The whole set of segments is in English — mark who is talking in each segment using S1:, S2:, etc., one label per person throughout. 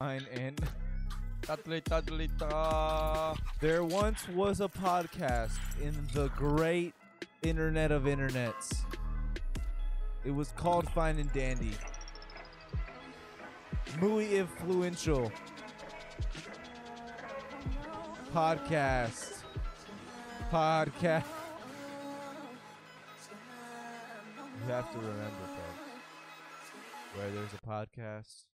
S1: Mine and
S2: Tatlita, tatlita.
S1: there once was a podcast in the great internet of internets. It was called Fine and Dandy. Muy influential podcast. Podcast. You have to remember, folks. Where there's a podcast,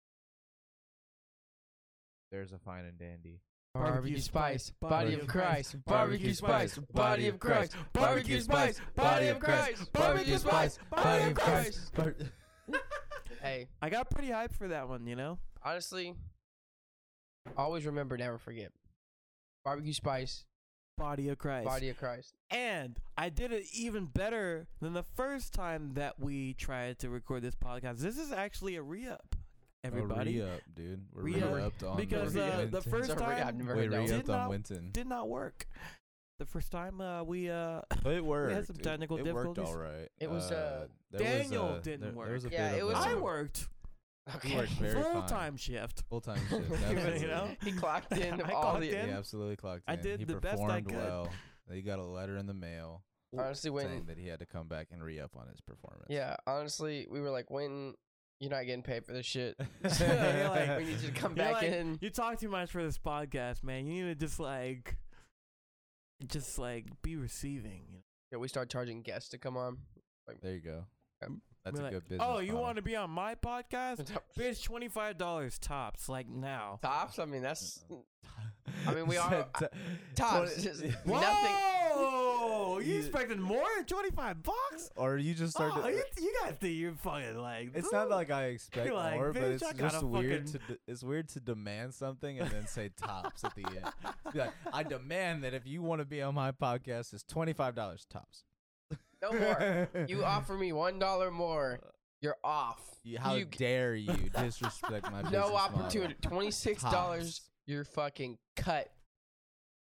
S1: there's a fine and dandy.
S3: Barbecue spice, body of Christ. Barbecue spice, body of Christ. Barbecue spice, body of Christ. Barbecue spice, body of Christ.
S4: Oh,
S3: Hey,
S5: I got pretty hyped for that one, you know?
S3: honestly, always remember, never forget. Barbecue spice,
S5: Body of Christ.
S3: body of Christ.
S5: And I did it even better than the first time that we tried to record this podcast. This is actually a re up, everybody.
S4: re-up, dude. We're
S5: Re-up,
S4: re-upped on
S5: because
S4: the,
S5: uh, the
S4: Winton.
S5: first
S3: Sorry, I've
S5: time
S3: never
S4: we
S3: heard that. one.
S5: did
S4: re-upped on
S5: not-
S4: Winton.
S5: did not work. The first time uh, we uh,
S4: But it worked.
S5: some
S4: It-
S5: technical
S4: it,
S5: difficulties.
S4: worked all right.
S3: It was, uh,
S4: there was,
S5: Daniel
S4: uh,
S5: didn't
S4: there- There was a
S3: work. Yeah,
S4: bit
S3: it
S4: of
S3: was-
S5: I
S4: a,
S5: worked
S4: You
S3: Okay.
S4: worked very
S5: full
S4: fine.
S5: time shift.
S4: Full time shift.
S5: You
S4: Absolutely.
S5: know?
S3: He clocked in
S5: I
S3: all
S5: clocked
S3: the.
S5: in.
S4: He absolutely clocked
S5: I
S4: in.
S5: did
S4: he
S5: the best I
S4: performed
S5: could.
S4: well. He got a letter in the mail
S3: Honestly, when
S4: saying that he had to come back and re-up on his performance.
S3: yeah, honestly, we were like, when you're not getting paid for this shit,
S5: like,
S3: we need you to come
S5: You're
S3: back
S5: like,
S3: in.
S5: You talk too much for this podcast, man. You need to just like, just like be receiving. You know?
S3: Yeah, we start charging guests to come on.
S4: There you go.
S3: Um,
S4: That's
S5: Be
S4: a
S5: like,
S4: good business.
S5: Oh, you
S4: model.
S5: want to be on my podcast? Bitch, twenty five dollars tops, like now.
S3: Tops. I mean, that's I mean, we
S4: Is
S3: are-
S4: that
S3: I-
S4: t-
S3: tops.
S4: twenty-
S3: It's just nothing.
S5: Whoa! You
S4: You-
S5: expected more than twenty five bucks?
S1: Or you just start
S5: Oh,
S1: to.
S5: you, you guys think you're fucking like?
S1: It's not
S5: "Ooh."
S1: like I expect
S5: You're like,
S1: more, but
S5: "Bitch,
S1: it's
S5: I gotta
S1: just weird to
S5: fucking-"
S1: de- it's weird to demand something and then say tops at the end. Be like, I demand that if you want to be on my podcast, it's twenty five dollars tops.
S3: No more. you offer me one dollar more, you're off.
S4: You- How
S3: You-
S4: dare you disrespect my business
S3: No opportunity. Twenty six dollars.
S4: Tops.
S3: You're fucking cut.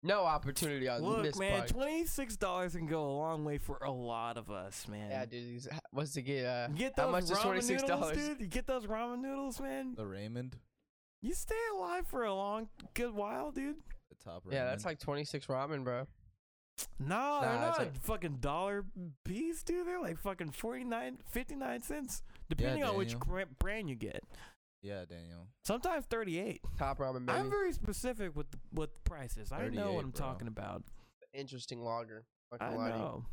S3: No opportunity on
S5: Look,
S3: this
S5: man,
S3: podcast.
S5: twenty six dollars can go a long way for a lot of us, man.
S3: yeah, dude. these- What's to get? Uh,
S5: You get those
S3: how much is
S5: ramen
S3: twenty six
S5: noodles,
S3: dollars?
S5: dude? You get those ramen noodles, man.
S4: The Raymond,
S5: You stay alive for a long, good while, dude.
S4: the top Raymond.
S3: Yeah, that's like twenty six ramen, bro.
S5: No, they're
S3: Nah, it's
S5: not a
S3: like-
S5: fucking dollar piece, dude. They're like fucking 49, 59 cents, depending on which
S4: Daniel.
S5: gra- brand you get.
S4: yeah, Daniel.
S5: Sometimes 38.
S3: Top ramen, baby.
S5: I'm very specific with the, with the prices. I know
S4: 38,
S5: what I'm
S4: bro.
S5: talking about.
S3: Interesting lager. Not
S5: I
S3: gonna lie to you.
S5: know.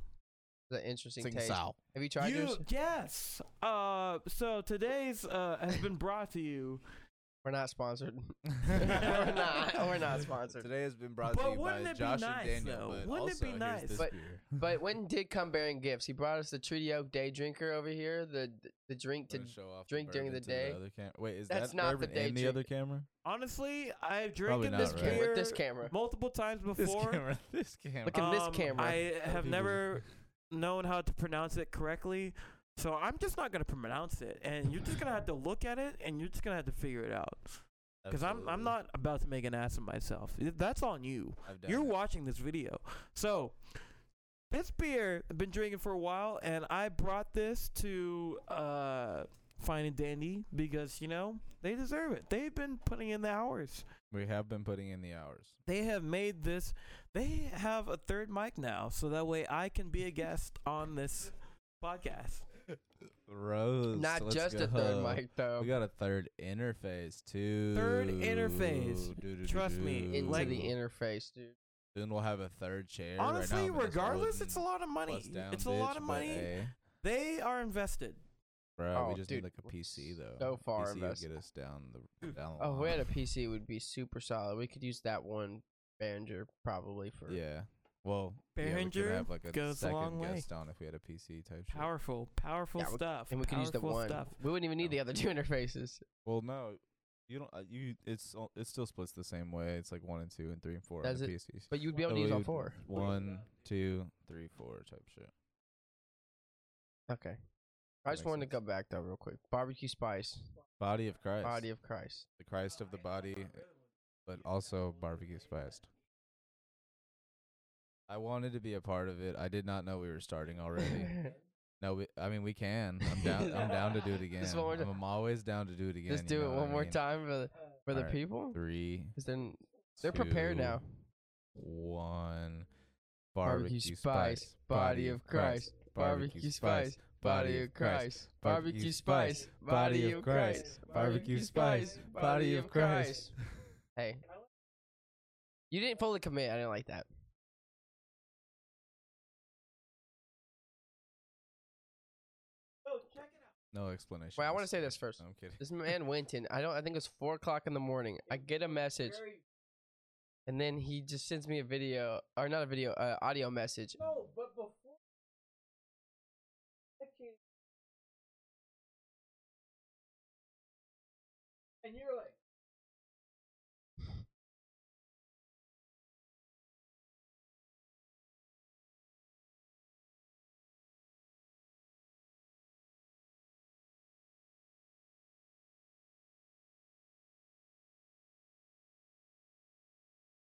S3: It's an interesting
S4: Sing
S3: taste.
S4: Sal.
S3: Have you tried
S5: You,
S3: yours?
S5: yes. Uh, so today's uh, has been brought to you.
S3: We're not sponsored. We're not- we're not sponsored.
S4: Today has been brought
S5: But
S4: to you
S5: wouldn't
S4: by
S5: it be
S4: Josh
S5: nice,
S4: and Daniel.
S5: though?
S4: But
S5: Wouldn't it
S4: also,
S5: be
S4: here's
S5: nice?
S4: this
S3: But-
S4: beer.
S3: But when did come bearing gifts? He brought us the Treaty Oak Day Drinker over here. The the drink to
S4: Wanna show off
S3: drink during
S4: bourbon
S3: the
S4: to
S3: day.
S4: other cam- Wait, is
S3: That's
S4: that
S3: not the
S4: bourbon
S3: day
S4: in the
S3: drink.
S4: other camera?
S5: Honestly, I've
S4: Probably
S5: drinking
S4: not,
S5: this
S4: right?
S5: beer
S3: camera, with this camera.
S5: multiple times
S4: This
S5: before.
S4: camera. This camera.
S3: Look at this
S5: Um,
S3: camera.
S5: I have
S4: people-
S5: never known how to pronounce it correctly, so I'm just not gonna pronounce it, and you're just gonna have to look at it, and you're just gonna have to figure it out. Because I'm I'm
S4: Absolutely.
S5: not about to make an ass of myself. I- That's on you.
S4: I've done
S5: You're
S4: it.
S5: watching this video, so this beer I've been drinking for a while, and I brought this to uh, Fine and Dandy because you know they deserve it. They've been putting in the hours.
S4: We have been putting in the hours.
S5: They have made this. They have a third mic now, so that way I can be a guest on this podcast.
S4: Rose.
S3: Not
S4: let's
S3: just a
S4: go.
S3: third mic though.
S4: We got a third interface too.
S5: interface.
S4: Doo-doo-doo-doo.
S5: Trust me,
S3: into
S5: like-
S3: the interface, dude.
S4: Soon we'll have a third chair. Right now
S5: Honestly,
S4: I'm in this
S5: regardless,
S4: wooden
S5: it's a lot of money.
S4: bust-down
S5: It's a lot
S4: bitch,
S5: of
S4: but,
S5: money.
S4: hey,
S5: They are invested.
S4: bro,
S3: Oh,
S4: we just need
S3: dude,
S4: like
S3: we're
S4: a PC though.
S3: so far
S4: PC would
S3: invested.
S4: get us down the down. the
S3: Oh, if we had a
S4: line.
S3: PC, it would be super solid. We could use that one Behringer probably for.
S4: Yeah. Well, yeah, we could
S5: Behringer
S4: have like a
S5: goes a
S4: second
S5: long way.
S4: guest on if we had a PC type shit.
S5: Powerful, powerful
S3: Yeah, we-
S5: stuff.
S3: And we could use the
S5: powerful
S3: one.
S5: stuff.
S3: We wouldn't
S4: Oh.
S3: even need the other two interfaces.
S4: Well, no, you don't. uh, You it's all- it still splits the same way. It's like one and two and three and four
S3: Does
S4: on
S3: it?
S4: the PCs.
S3: But you'd be able
S4: So
S3: to use all
S4: you'd-
S3: four.
S4: One, two, three, four type shit.
S3: Okay. I
S4: That
S3: just
S4: makes
S3: wanted
S4: sense.
S3: to go back though, real quick. Barbecue spice,
S4: Body of Christ.
S3: body of Christ.
S4: the Christ of the body, but also barbecue spiced. I wanted to be a part of it. I did not know we were starting already. no, we, I mean we can. I'm down. I'm down to do it again.
S3: Just one more
S4: I'm,
S3: time.
S4: always down to do it again.
S3: Just
S4: you
S3: do it
S4: know what
S3: one
S4: I
S3: more
S4: mean?
S3: time for the for the
S4: Alright.
S3: people.
S4: Three.
S3: Because then they're prepared now.
S4: two, One.
S3: Barbecue, spice, body of Christ. Barbecue spice, body of Christ. Barbecue spice, body of Christ. Barbecue spice, body of Christ. Hey, you didn't fully commit. I didn't like that.
S4: No explanation.
S3: Wait, I want to say this first.
S4: I'm kidding.
S3: This man Winton, I don't. I think it was four o'clock in the morning. I get a message, and then he just sends me a video, or not a video, uh, audio message.
S6: No, but before. I can't- And you're like,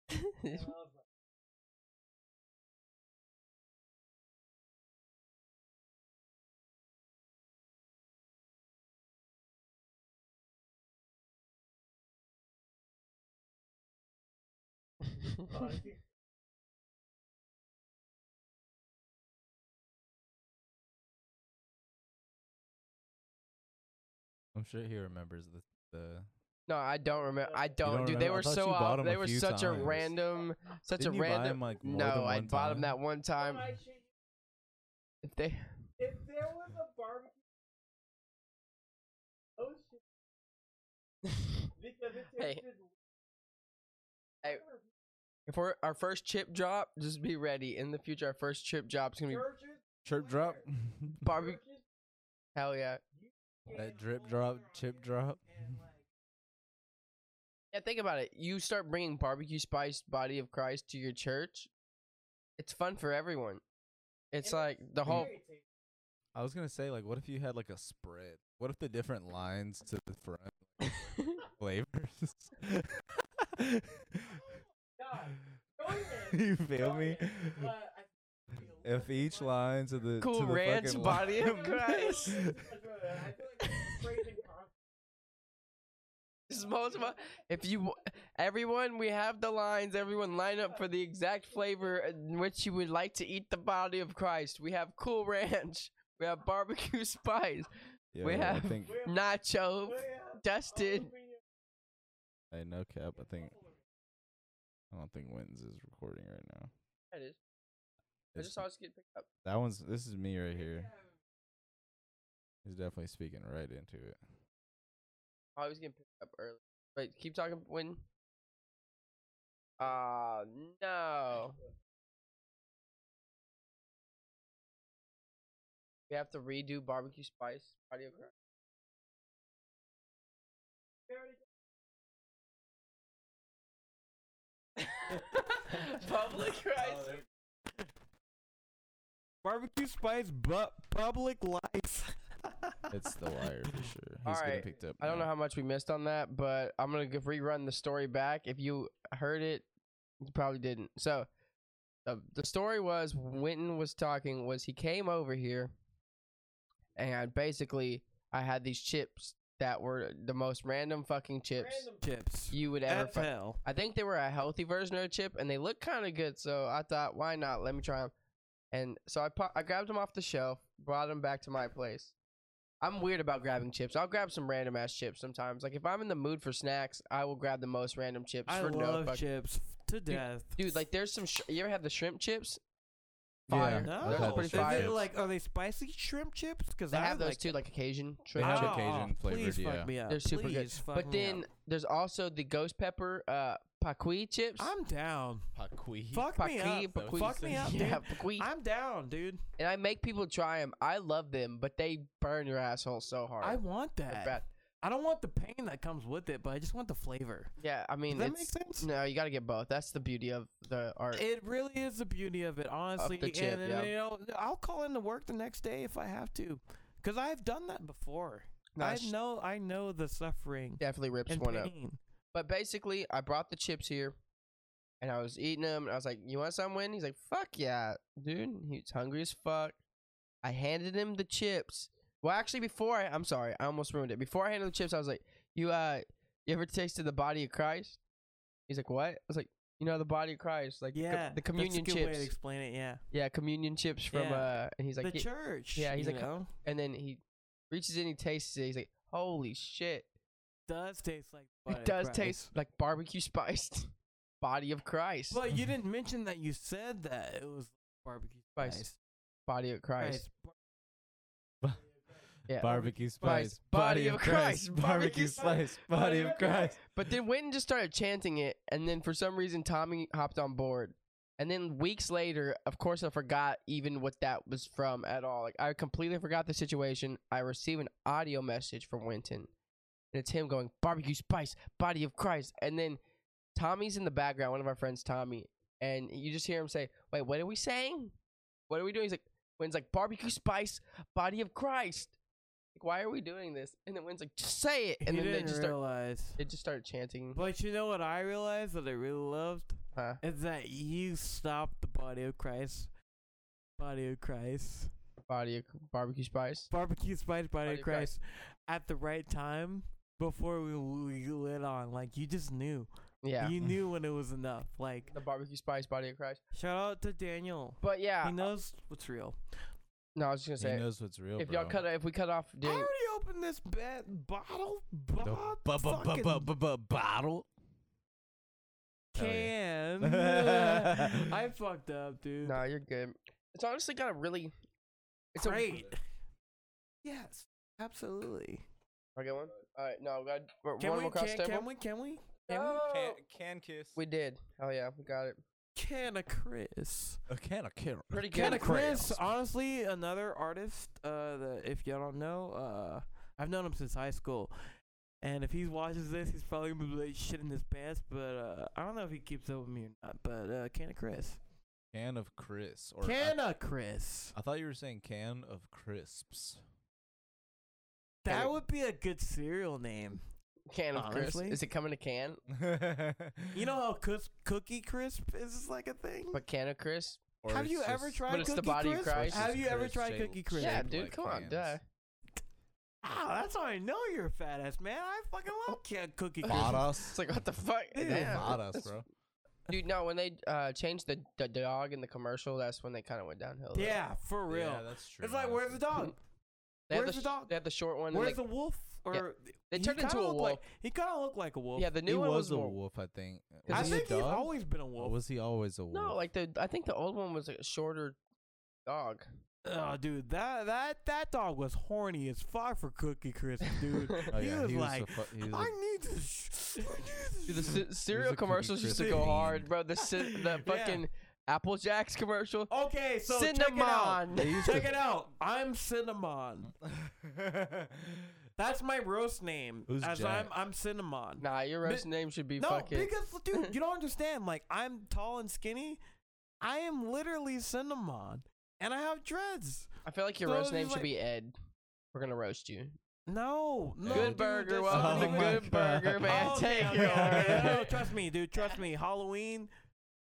S6: and I was like, oh, I think-
S4: I'm sure he remembers the the.
S3: no, I don't remember. I don't,
S4: don't
S3: dude. They
S4: remember? I
S3: were
S4: thought
S3: so
S4: you bought
S3: off.
S4: him
S3: They
S4: a
S3: were
S4: few
S3: such a
S4: times.
S3: random, such
S4: Didn't
S3: a
S4: you buy
S3: random.
S4: him, like, more than
S3: no, I
S4: one
S3: bought him
S4: time?
S3: that one time.
S6: I should-
S3: If they,
S6: If there was a barbecue, oh shit, because it
S3: Hey.
S6: tasted.
S3: Hey. if we're our first chip drop, just be ready. In the future, our first chip drop's gonna be
S6: Churches,
S4: Chirp drop.
S3: barbecue.
S6: churches,
S3: Hell yeah.
S4: that drip drop, chip drop.
S6: and like.
S3: Yeah, think about it. You start bringing barbecue spice, body of Christ to your church. It's fun for everyone. It's
S6: and
S3: like the whole.
S6: very tasty.
S4: I was gonna say like, what if you had like a spread? What if the different lines to the front flavors?
S6: God, go there.
S4: you feel
S6: Go
S4: me?
S6: there, but I feel
S4: If
S6: like-
S4: each line to the
S3: Cool
S4: to the
S3: ranch
S4: fucking
S3: body
S4: line-
S3: of Christ.
S6: I feel like I'm phrasing con-
S3: This is most of our- if you wa- everyone we have the lines everyone line up for the exact flavor in which you would like to eat the body of Christ we have cool ranch we have barbecue spice
S4: Yeah,
S3: We
S4: yeah,
S3: have-
S4: I think,
S6: Where-
S3: nacho
S6: where-
S3: dusted
S6: jalapeno-
S4: hey, no cap. I think I don't think Wins is recording right now.
S3: I
S4: It's-
S3: just saw us get picked up
S4: that one's. This is me right here. He's definitely speaking right into it.
S3: I was getting picked up early wait keep talking when uh no we have to redo barbecue spice body of Christ public Christ
S5: Barbecue spice, but public lights.
S4: It's the liar for sure. He's getting
S3: Alright,
S4: picked up.
S3: I don't know
S4: now.
S3: how much we missed on that, but I'm gonna give, rerun the story back. If you heard it, you probably didn't. So, the the story was Winton was talking. Was he came over here, and basically I had these chips that were the most random fucking chips
S6: Random
S5: Chips.
S3: you would ever.
S5: As
S3: Fu-
S5: hell.
S3: I think they were a healthy version of a chip, and they looked kind of good. So I thought, why not? Let me try them. And so I po- I grabbed them off the shelf, brought them back to my place. I'm weird about grabbing chips. I'll grab some random ass chips sometimes. Like if I'm in the mood for snacks, I will grab the most random chips
S5: I
S3: for no
S5: love
S3: fuck.
S5: chips f- to death.
S3: Dude, like there's some. Sh- you ever had the shrimp chips?
S4: Yeah.
S3: Fire.
S4: I've
S5: no.
S3: Those
S4: had
S3: are
S4: the
S3: pretty
S5: Is
S4: shrimp
S3: fire.
S5: it
S4: chips.
S5: like are they spicy shrimp chips? Because
S3: They
S5: I
S3: have those
S5: like
S3: too, like occasion
S4: They
S3: shrimp
S4: have
S3: chips.
S4: Oh, Cajun
S5: please
S4: flavored, yeah.
S5: fuck me up.
S3: They're super good.
S5: Please fuck
S3: But
S5: me
S3: then
S5: up.
S3: there's also the ghost pepper uh paqui chips.
S5: I'm down.
S4: Paqui.
S5: Fuck me
S3: Paqui,
S5: up.
S3: paqui.
S5: Fuck me up, dude.
S3: Yeah, paqui.
S5: I'm down, dude.
S3: and I make people try them. I love them, but they burn your asshole so hard.
S5: I want
S3: They're
S5: that.
S3: bad.
S5: I don't want the pain that comes with it, but I just want the flavor.
S3: Yeah, I mean,
S5: Does that
S3: it's-
S5: make sense?
S3: No, you got to get both. That's the beauty of the art.
S5: It really is the beauty of it, honestly.
S3: the chip,
S5: and, and,
S3: yeah.
S5: you know, I'll call into work the next day if I have to, because I've done that before.
S3: No,
S5: I
S3: sh-
S5: know, I know the suffering
S3: definitely rips
S5: and
S3: one up.
S5: pain.
S3: But basically, I brought the chips here, and I was eating them. And I was like, "You want some?" Win? He's like, "Fuck yeah, dude." He's hungry as fuck. I handed him the chips. Well, actually, before I, I'm sorry, I almost ruined it. Before I handed the chips, I was like, "You, uh, You ever tasted the body of Christ? He's like, What? I was like, You know, the body of Christ, like the co-
S5: Yeah,
S3: the communion
S5: that's a good way
S3: chips.
S5: to explain it. Yeah,
S3: yeah, communion chips from
S5: Yeah.
S3: uh. And he's like,
S5: the
S3: "Yeah,"
S5: church.
S3: yeah, he's
S5: you
S3: like,
S5: know,
S3: and then he reaches in, he tastes it. He's like, Holy shit!
S5: does taste like.
S3: it
S5: butter
S3: does
S5: fries.
S3: taste like barbecue spiced body of Christ.
S5: Well, you didn't mention that you said that it was barbecue
S3: Spice.
S5: spice.
S3: body of Christ.
S5: Christ.
S3: Yeah.
S4: Barbecue
S3: Spice,
S4: spice,
S3: body of Christ, barbecue
S4: barbecue spice, body of Christ.
S3: But then Witten just started chanting it, and then for some reason Tommy hopped on board. And then weeks later, of course, I forgot even what that was from at all. Like I completely forgot the situation. I receive an audio message from Winton, and it's him going barbecue spice, body of Christ. And then Tommy's in the background, one of our friends, Tommy, and you just hear him say, "Wait, what are we saying? What are we doing?" He's like, "Wins like barbecue spice, body of Christ." Like, why are we doing this? And then Wins like, "Just say it." And
S5: you
S3: then they
S5: didn't
S3: just start
S5: realize.
S3: they just started chanting.
S5: But you know what I realized that I really loved
S3: Huh?
S5: is that you stopped the body of Christ, body of Christ,
S3: Body of barbecue spice.
S5: barbecue spice, body,
S3: Body
S5: of
S3: of
S5: Christ,
S3: Christ.
S5: at the right time before we, we lit on. Like you just knew,
S3: Yeah.
S5: you knew when it was enough. Like
S3: the barbecue spice, body of Christ.
S5: shout out to Daniel.
S3: But yeah, uh,
S5: He knows what's real.
S3: no, I was just gonna
S4: He
S3: say
S4: knows what's real,
S3: if
S4: bro.
S3: y'all cut if we cut off
S5: I
S3: during
S5: already opened this bad bottle,
S4: the
S5: bo-
S4: bu- bu- bu-
S5: fucking
S4: bu- bu- bu- bottle. Hell
S5: can.
S4: yeah.
S5: I fucked up, dude.
S3: No, you're good. It's honestly got a really it's
S5: Great. yes, absolutely.
S3: A, okay, one. All right, no, we got we're-
S5: Can
S3: one
S5: we,
S3: more cross
S5: can,
S3: table.
S5: can we? Can we? Can we?
S3: No!
S4: can kiss.
S3: We did. Hell yeah, we got it.
S5: Can a Chris?
S4: A can of carrot.
S3: Pretty good.
S5: Can a Chris? Honestly, another artist. Uh, that if y'all don't know, uh, I've known him since high school, and if he watches this, he's probably gonna be like shit in his pants. But uh, I don't know if he keeps up with me or not. But uh, can a Chris?
S4: Can of Chris. Or
S5: Can a Chris?
S4: I, I thought you were saying can of crisps.
S5: That would be a good cereal name.
S3: Can of Chris.
S5: Honestly?
S3: Is it coming to can?
S5: You know how cus- Cookie Crisp is like a thing.
S3: But can of Chris?
S4: Or
S5: Have
S4: it's
S5: you
S4: just-
S5: ever tried
S3: But it's the
S5: Cookie
S3: body of
S5: Crisp?
S3: Christ.
S5: Have you ever
S4: Crisp
S5: tried
S4: shaped-
S5: Cookie Crisp?
S3: Yeah,
S4: Shaped
S3: dude,
S4: like
S3: come on,
S4: cans.
S3: duh.
S5: Ah, that's how I know you're a fat ass man. I fucking love ca- Cookie Crisp.
S4: Bought
S3: It's
S4: us.
S3: like what the fuck?
S5: Dude,
S4: They
S3: Damn.
S4: bought us,
S3: That's-
S4: bro.
S3: Dude, no, when they uh changed the, the dog in the commercial, that's when they kind of went downhill. though.
S5: Yeah, for real.
S4: Yeah, that's true.
S5: it's like, where's the dog?
S3: They had
S5: Where's
S3: the,
S5: the
S3: sh-
S5: dog?
S3: They had the short one. and, like,
S5: Where's the wolf? Or
S3: Yeah, they
S5: he
S3: turned into a
S5: kinda looked
S3: wolf.
S5: Like, he kind of looked like a wolf.
S3: yeah, the new
S4: He
S3: one
S4: was a
S3: more-
S4: wolf, I think.
S3: Is
S5: I
S4: Was he a
S5: think he's
S4: dog?
S5: always been a
S4: Or
S5: wolf.
S4: was he always a wolf?
S3: No, like the I think the old one was like, a shorter dog.
S5: oh, dude, that that that dog was horny as fuck for Cookie Crisp, dude.
S4: Oh,
S5: he
S4: yeah,
S5: was
S4: he was a
S5: like,
S4: fu- he was a-
S5: I need this. I need
S3: Dude, the
S5: this.
S3: ce- cereal
S4: a Cookie
S3: commercials used to
S4: Crisp
S3: go
S4: fiend.
S3: hard, bro. The ci- the
S5: Yeah.
S3: fucking Apple Jacks commercial.
S5: okay, so check it out.
S3: Cinnamon.
S5: Check it out. I'm Cinnamon. That's my roast name.
S4: Who's
S5: as
S4: Jack?
S5: I'm I'm Cinnamon.
S3: nah, your roast name should be
S5: no,
S3: fucking.
S5: because dude, you don't understand. Like I'm tall and skinny. I am literally Cinnamon, and I have dreads.
S3: I feel like your
S5: so
S3: roast
S5: it was
S3: name should
S5: like-
S3: be Ed. We're gonna roast you.
S5: No, no.
S3: good
S5: dude,
S3: burger,
S5: that's
S3: welcome
S5: not
S3: to
S4: Oh
S5: even-
S4: my
S3: Good
S4: God.
S3: Burger, man.
S5: Oh,
S3: Take
S5: okay,
S3: it.
S5: okay, okay. No, trust me, dude. Trust me. Halloween,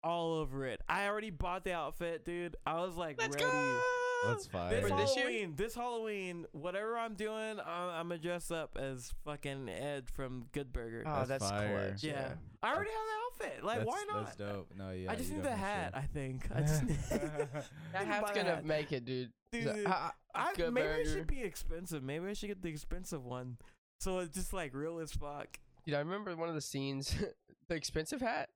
S5: all over it. I already bought the outfit, dude. I was like
S3: Let's
S5: ready.
S3: go.
S4: That's fine.
S5: This
S3: For this year?
S5: Halloween, this Halloween, whatever I'm doing, I'm, I'm gonna dress up as fucking Ed from Good Burger.
S3: Oh,
S4: That's
S3: that's
S4: fire.
S3: clutch.
S5: yeah. I already have the outfit. Like,
S4: that's,
S5: why not?
S4: That's dope. No, yeah.
S5: I just
S4: you
S5: need the
S4: definitely
S5: hat.
S4: should.
S5: I think. I just need.
S3: That
S5: Think
S3: hat's
S5: about
S3: gonna
S5: that.
S3: make it, dude. So,
S5: Dude,
S3: uh,
S5: I,
S3: Good
S5: maybe it
S3: Burger.
S5: should be expensive. Maybe I should get the expensive one. So it's just like real as fuck.
S3: Dude, I remember one of the scenes, the expensive hat.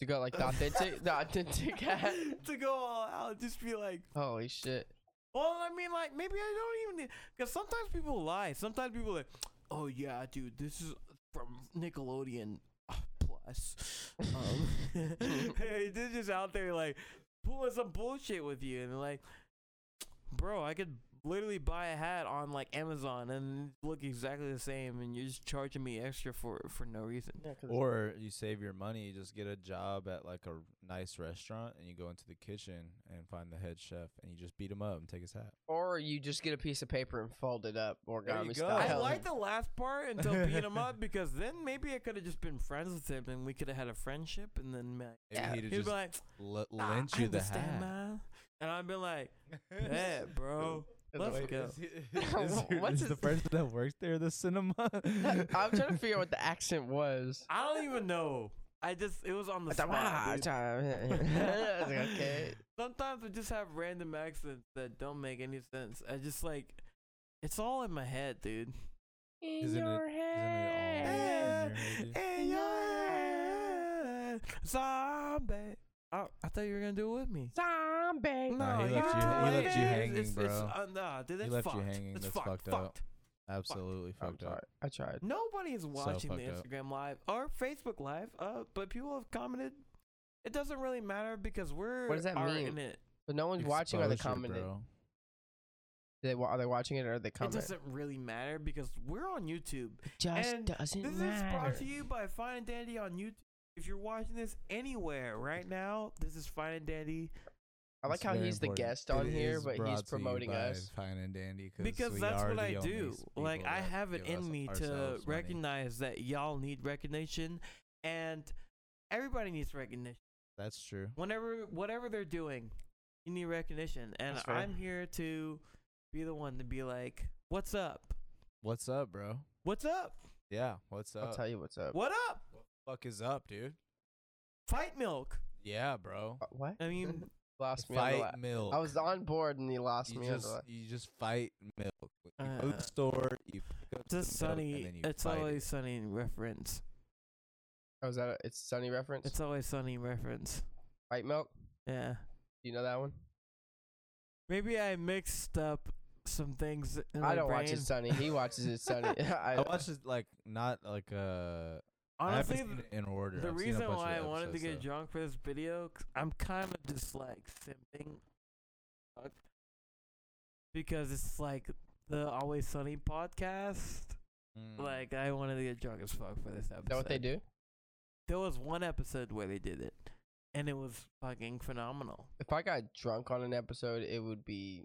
S3: You got like the authentic, the authentic hat.
S5: to go all out, just be like,
S3: Holy shit!
S5: well, I mean, like maybe I don't even. Because sometimes people lie. Sometimes people are like, oh yeah, dude, this is from Nickelodeon Ah, plus. Um, they're just out there like pulling some bullshit with you, and they're like, bro, I could literally buy a hat on like Amazon and look exactly the same, and you're just charging me extra for it for no reason.
S4: Or you save your money, you just get a job at like a r- nice restaurant, and you go into the kitchen and find the head chef, and you just beat him up and take his hat.
S3: Or you just get a piece of paper and fold it up
S4: There
S3: origami
S4: you go.
S3: style.
S5: I like the last part until beating him up because then maybe I could have just been friends with him and we could have had a friendship and then man,
S4: Maybe he'd
S3: Yeah.
S5: he'd
S4: have just
S5: be like,
S4: l-
S5: "Nah,
S4: lent
S5: I
S4: you the
S5: understand,
S4: hat.
S5: man," and I've been like, "Yeah, bro, Let's
S4: Wait,
S5: go.
S4: Is, he- is, your-
S3: What's
S4: is the
S3: his-
S4: person that works there the cinema?
S3: I'm trying to figure out what the accent was.
S5: I don't even know. I just it was on the
S3: I thought, "Wow," I was
S5: spot. dude.
S3: trying- I was like, okay.
S5: Sometimes I just have random accents that don't make any sense. I just like it's all in my head, dude.
S4: Isn't it- your isn't it all head. in your head, dude?
S5: In your head, zombie. Oh, I thought you were gonna do it with me.
S3: Zombie.
S4: Nah, he left you-
S5: can't
S4: he left
S5: do it.
S4: you
S5: It's-
S4: hanging,
S5: it's- It's,
S4: bro.
S5: uh, nah, dude, that's
S4: left you
S5: fucked.
S4: hanging.
S5: That's
S4: That's
S5: fucked,
S4: fucked up.
S5: fucked.
S4: Absolutely
S3: I'm
S4: fucked up.
S3: sorry. I tried.
S5: Nobody is watching the
S4: fucked up.
S5: Instagram live or Facebook live, uh, but people have commented. It doesn't really matter because we're
S3: What does that
S5: are
S3: mean?
S5: in it.
S3: But no one's watching or they
S4: Exposure,
S3: commenting.
S4: bro.
S3: They, wa- are they watching it or are they
S5: It
S3: commenting?
S5: doesn't really matter because we're on YouTube.
S3: Just
S5: and
S3: doesn't
S5: This is brought to you by Fine and Dandy on YouTube. If you're watching this anywhere right now, this is Fine and Dandy
S3: I like
S4: It's
S3: how
S4: very
S3: he's the
S4: important.
S3: guest on
S4: It
S3: here,
S4: is
S3: but
S4: brought
S3: he's
S4: to you
S3: promoting
S4: by
S3: us.
S4: Fine and dandy,
S5: because
S4: we
S5: that's
S4: are
S5: what
S4: the
S5: I
S4: only
S5: do.
S4: s-
S5: Like
S4: people
S5: I
S4: that
S5: have it
S4: give us
S5: in me to
S4: ourselves money.
S5: recognize that y'all need recognition, and everybody needs recognition.
S4: That's true.
S5: whenever whatever they're doing, you need recognition. And
S3: That's fair.
S5: I'm here to be the one to be like, "What's up?
S4: What's up, bro?
S5: What's up?
S4: Yeah, what's
S3: I'll
S4: up?
S3: tell you what's up.
S5: What up?
S4: fuck is up, dude?
S5: Fight milk."
S4: Yeah, bro.
S3: Uh, What?
S5: I mean,
S3: lost me. on the
S4: Fight
S3: la-
S4: milk.
S3: I was on board and he lost
S4: you
S3: me.
S4: just
S3: on the la-
S4: you just fight milk. You go to
S5: Uh,
S4: the store, you pick up
S5: it's a
S4: some milk, and
S5: sunny.
S4: then you
S5: It's
S4: fight
S5: always
S4: it.
S5: sunny reference.
S3: oh, is that a, it's Sunny reference?
S5: It's always sunny reference.
S3: White milk.
S5: Yeah.
S3: You know that one?
S5: Maybe I mixed up some things. In
S3: I
S5: my
S3: don't
S5: brain.
S3: watch it Sunny. He watches it Sunny. I,
S4: I watched it like not like uh I haven't
S5: Honestly,
S4: seen
S5: th-
S4: it in order.
S5: the
S4: I've seen a
S5: reason
S4: bunch of
S5: why I wanted to
S4: episodes,
S5: get
S4: though.
S5: drunk for this video, 'cause I'm kind of just like simping, fuck. because it's like the Always Sunny podcast.
S4: Mm.
S5: Like I wanted to get drunk as fuck for this episode.
S3: Is that what they do?
S5: There was one episode where they did it, and it was fucking phenomenal.
S3: If I got drunk on an episode, it would be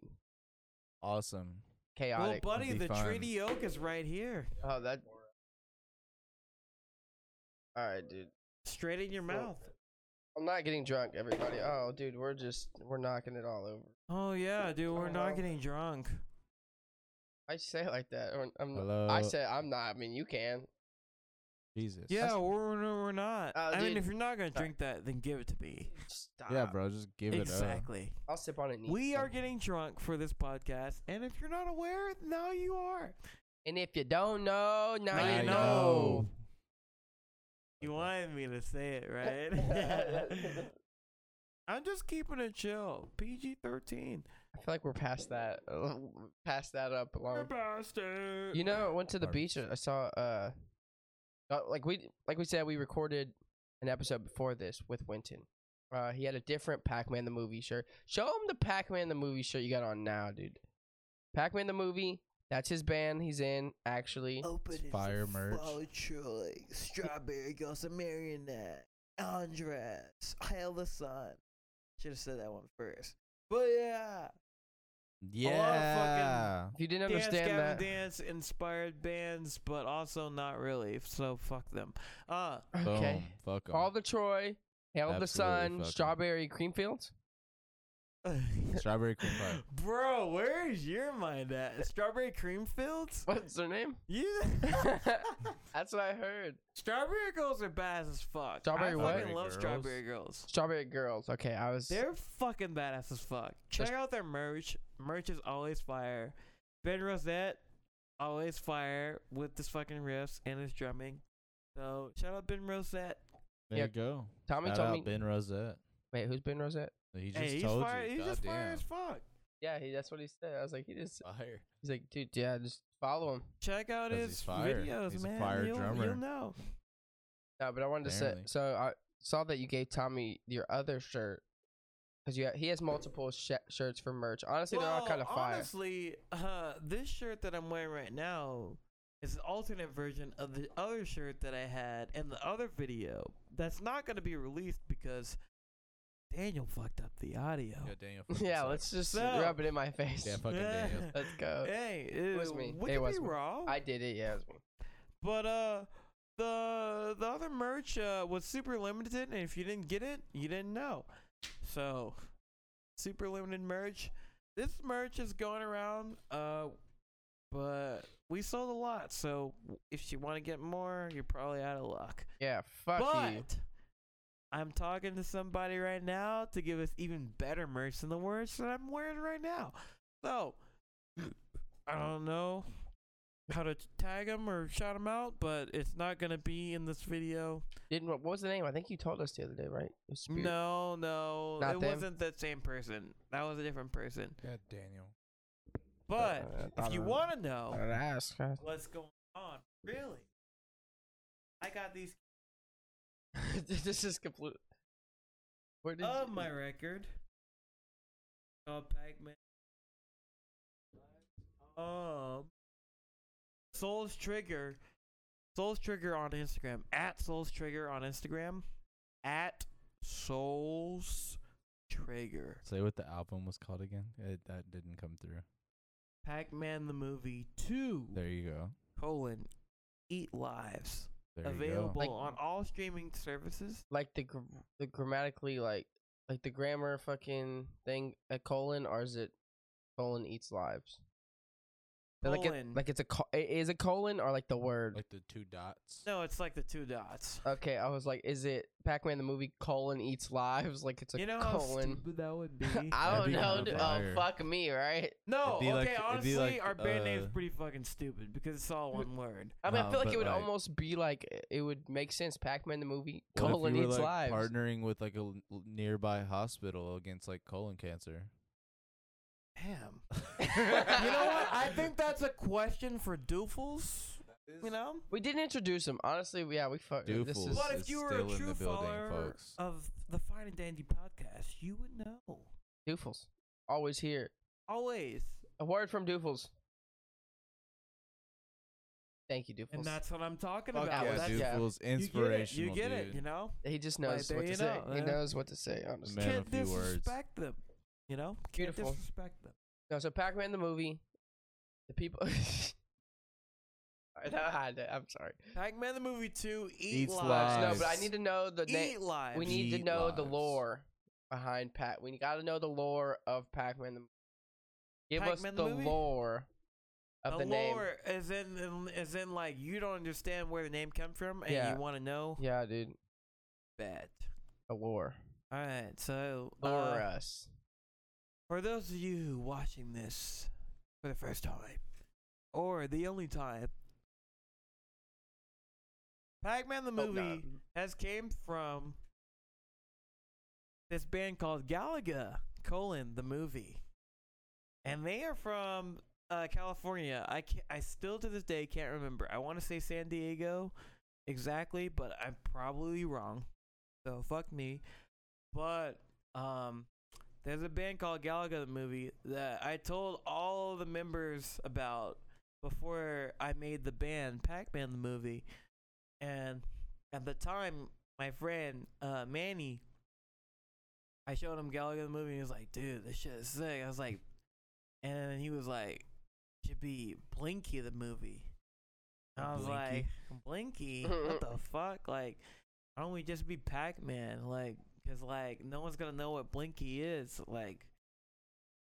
S4: awesome.
S3: chaotic.
S5: well, buddy,
S4: be
S5: the
S4: fun.
S5: Treaty Oak is right here,
S3: oh, that. All right, dude.
S5: straight in your
S3: Well-
S5: mouth.
S3: I'm not getting drunk, everybody. Oh, dude, we're just we're knocking it all over.
S5: Oh yeah, dude, we're
S3: Hello.
S5: not getting drunk.
S3: I say it like that. or I'm, I
S4: Hello?
S3: say I'm not. I mean, you can.
S4: Jesus.
S5: Yeah, we're we're not.
S3: Oh,
S5: I mean,
S3: dude.
S5: if you're not gonna
S3: Sorry.
S5: drink that, then give it to me.
S3: Stop.
S4: Yeah, bro, just give it up.
S5: exactly.
S3: I'll sip on it. neat.
S5: We are getting drunk for this podcast, and if you're not aware, now you are.
S3: And if you don't know, now,
S5: Now
S3: you
S5: you
S3: know.
S5: know. You
S4: Okay.
S5: wanted me to say it, right? I'm just keeping it chill. PG 13.
S3: I feel like we're past that. past that up along.
S5: bastard.
S3: You know, I went to the
S4: Barbie.
S3: beach. I saw uh, uh, like we like we said, we recorded an episode before this with Winton. Uh, he had a different Pac-Man the movie shirt. Show him the Pac-Man the movie shirt you got on now, dude. Pac-Man the movie. That's his band. He's in actually.
S5: Oh,
S7: Open is
S4: fire
S7: a
S4: merch.
S7: flow Troy, strawberry girls, a marionette, Andres, hail the sun. Should have said that one first, but yeah.
S4: Yeah.
S3: If you didn't
S5: Dance
S3: understand
S5: Gavin
S3: that,
S5: Dance inspired bands, but also not really, so fuck them. Uh,
S3: okay.
S4: Boom. Fuck 'em.
S3: Call the Troy. Hail
S4: Absolutely
S3: the sun.
S4: fucking-
S3: Strawberry creamfields.
S4: Strawberry cream pie.
S5: Bro, where is your mind at? Strawberry Cream Fields?
S3: What's their name?
S5: You.
S3: That's what I heard.
S5: Strawberry girls are badass as fuck.
S3: Strawberry
S5: I
S3: what?
S5: fucking love
S4: Girls?
S5: strawberry girls.
S3: Strawberry girls. Okay, I was.
S5: They're fucking badass as fuck. Check out their merch. Merch is always fire. Ben Rosette, always fire with his fucking riffs and his drumming. So shout out Ben Rosette.
S4: There
S3: Yeah,
S4: you go.
S3: Tommy
S4: Shout
S3: told
S4: out
S3: me.
S4: Ben Rosette.
S3: Wait, who's Ben Rosette?
S4: He just
S5: Hey, he's
S4: told
S5: fire.
S4: you.
S5: He's just fire
S4: Goddamn.
S5: as fuck.
S3: Yeah, he, that's what he said. I was like, he just.
S4: Fire.
S3: He's like, dude, yeah, just follow him.
S5: Check out
S4: 'Cause
S5: his
S4: he's fire.
S5: videos,
S4: He's a
S5: man.
S4: fire
S5: you'll,
S4: drummer.
S5: you'll know.
S3: No, but I wanted to
S4: Apparently.
S3: say. So I saw that you gave Tommy your other shirt because you ha- he has multiple sh- shirts for merch. Honestly, they're all
S5: Well,
S3: kind of fire.
S5: Honestly, uh, this shirt that I'm wearing right now is an alternate version of the other shirt that I had in the other video. That's not going to be released because Daniel fucked up the audio.
S4: Yeah, Daniel.
S3: yeah,
S4: fucking
S3: let's
S4: sucks.
S3: just
S5: So-
S3: rub it in my face.
S4: Yeah, fucking Daniel.
S3: Let's go.
S5: Hey,
S3: It
S5: it
S3: was me.
S5: We
S3: It
S5: could
S3: was
S5: be
S3: me.
S5: wrong.
S3: I did it. Yeah, it was me.
S5: But uh, the the other merch uh, was super limited, and if you didn't get it, you didn't know. So, super limited merch. this merch is going around, uh, but we sold a lot. So if you want to get more, you're probably out of luck.
S3: Yeah, fuck
S5: but
S3: you.
S5: I'm talking to somebody right now to give us even better merch than the words that I'm wearing right now. So I don't know how to tag them or shout them out, but it's not gonna be in this video.
S3: Didn't what was the name? I think you told us the other day, right? It was Spirit.
S5: No, no,
S3: Not
S5: it
S3: them?
S5: wasn't that same person. That was a different person.
S4: God, Daniel.
S5: But
S3: Uh, I
S5: if
S3: thought Uh,
S5: you
S3: I-
S5: want to
S3: I
S5: know
S3: didn't ask. I-
S5: what's going on, really, I got these
S3: this is complete. Where did
S5: of
S3: you-
S5: my record called Pac-Man. Um, Souls Trigger, Souls Trigger on Instagram at Souls Trigger on Instagram at Souls Trigger.
S4: Say what the album was called again. It, that didn't come through.
S5: Pac-Man the movie two
S4: There you go.
S5: colon Eat Lives
S4: There you go.
S5: available
S3: Like-
S5: on all streaming services.
S3: like the gr- the grammatically like like the grammar fucking thing a colon or is it colon eats lives? Like, it-
S5: Colon.
S3: like it's a co- i- is it colon or like the word?
S4: Like the two dots.
S5: No, it's like the two dots.
S3: okay, I was like, is it Pac-Man the movie colon eats lives? Like it's a
S5: you know how
S3: colon.
S5: stupid that would be.
S3: I
S4: That'd
S3: don't
S4: be
S3: know.
S4: kinda
S3: dude. Oh
S4: fire.
S3: fuck me, right?
S5: No,
S4: It'd be
S5: okay,
S4: like- it'd be
S5: honestly,
S4: like,
S5: our band name is
S4: uh,
S5: pretty fucking stupid because it's all one word.
S3: I mean,
S4: No,
S3: I feel like
S4: but,
S3: it would
S4: like-
S3: almost be like it would make sense. Pac-Man the movie
S4: What if
S3: colon
S4: you were,
S3: eats
S4: like,
S3: lives.
S4: Partnering with like a l- l- nearby hospital against like colon cancer.
S5: Damn. you know what? I think that's a question for Doofles. You know?
S3: We didn't introduce him. Honestly, we- yeah, we fucked. This
S4: Doofles.
S3: is
S5: But
S4: is
S5: if you were a
S4: still in the
S5: true
S4: building,
S5: follower
S4: folks.
S5: of the Fine and Dandy podcast, you would know.
S3: Doofles. Always here.
S5: Always.
S3: A word from Doofles. Thank you, Doofles.
S5: And that's what I'm talking
S4: Fuck
S5: about.
S4: yeah,
S5: that's
S3: dude.
S4: Doofles.
S5: You get it.
S4: Inspirational.
S5: You get
S4: dude.
S5: it, you know?
S3: he just
S5: Like,
S3: knows
S5: there
S3: what
S5: you
S3: to say.
S5: know,
S3: He
S5: man.
S3: knows what to say. Honestly.
S4: Man
S5: Can't
S4: of few words.
S5: disrespect them. You know? Can't
S3: Beautiful.
S5: disrespect them.
S3: No, so Pac-Man the movie. The people. Alright, no, I- I'm sorry.
S5: Pac-Man the movie 2, Eat
S4: Eats
S3: No,
S5: Lives.
S3: but I need to know the
S5: Eat
S3: name.
S5: Lives.
S3: We need to
S4: Eat
S3: know the
S4: lives.
S3: lore behind Pac. We got to know the lore of Pac-Man. The... Give us
S5: Pac-Man
S3: the,
S5: the movie?
S3: lore of the,
S5: the
S3: name.
S5: lore is in is in like you don't understand where the name come from and
S3: Yeah.
S5: you want to know
S3: Yeah, dude.
S5: bet.
S3: The lore.
S5: All right, so uh,
S3: Lore us.
S5: for those of you who watching this for the first time or the only time, Pac-Man the
S3: Hope
S5: movie
S3: not.
S5: has came from this band called Galaga colon the movie, and they are from uh, California. I can I still to this day can't remember. I want to say San Diego exactly, but I'm probably wrong. So fuck me. But um, there's a band called Galaga the movie that I told all the members about before I made the band Pac-Man the movie, and at the time, my friend uh, Manny, I showed him Galaga the movie, and he was like, "Dude, this shit is sick." I was like, and then he was like, "Should be Blinky the movie." And I was
S4: Blinky?
S5: like, "Blinky, what the fuck? Like, why don't we just be Pac-Man? Like, cause like no one's gonna know what Blinky is, like."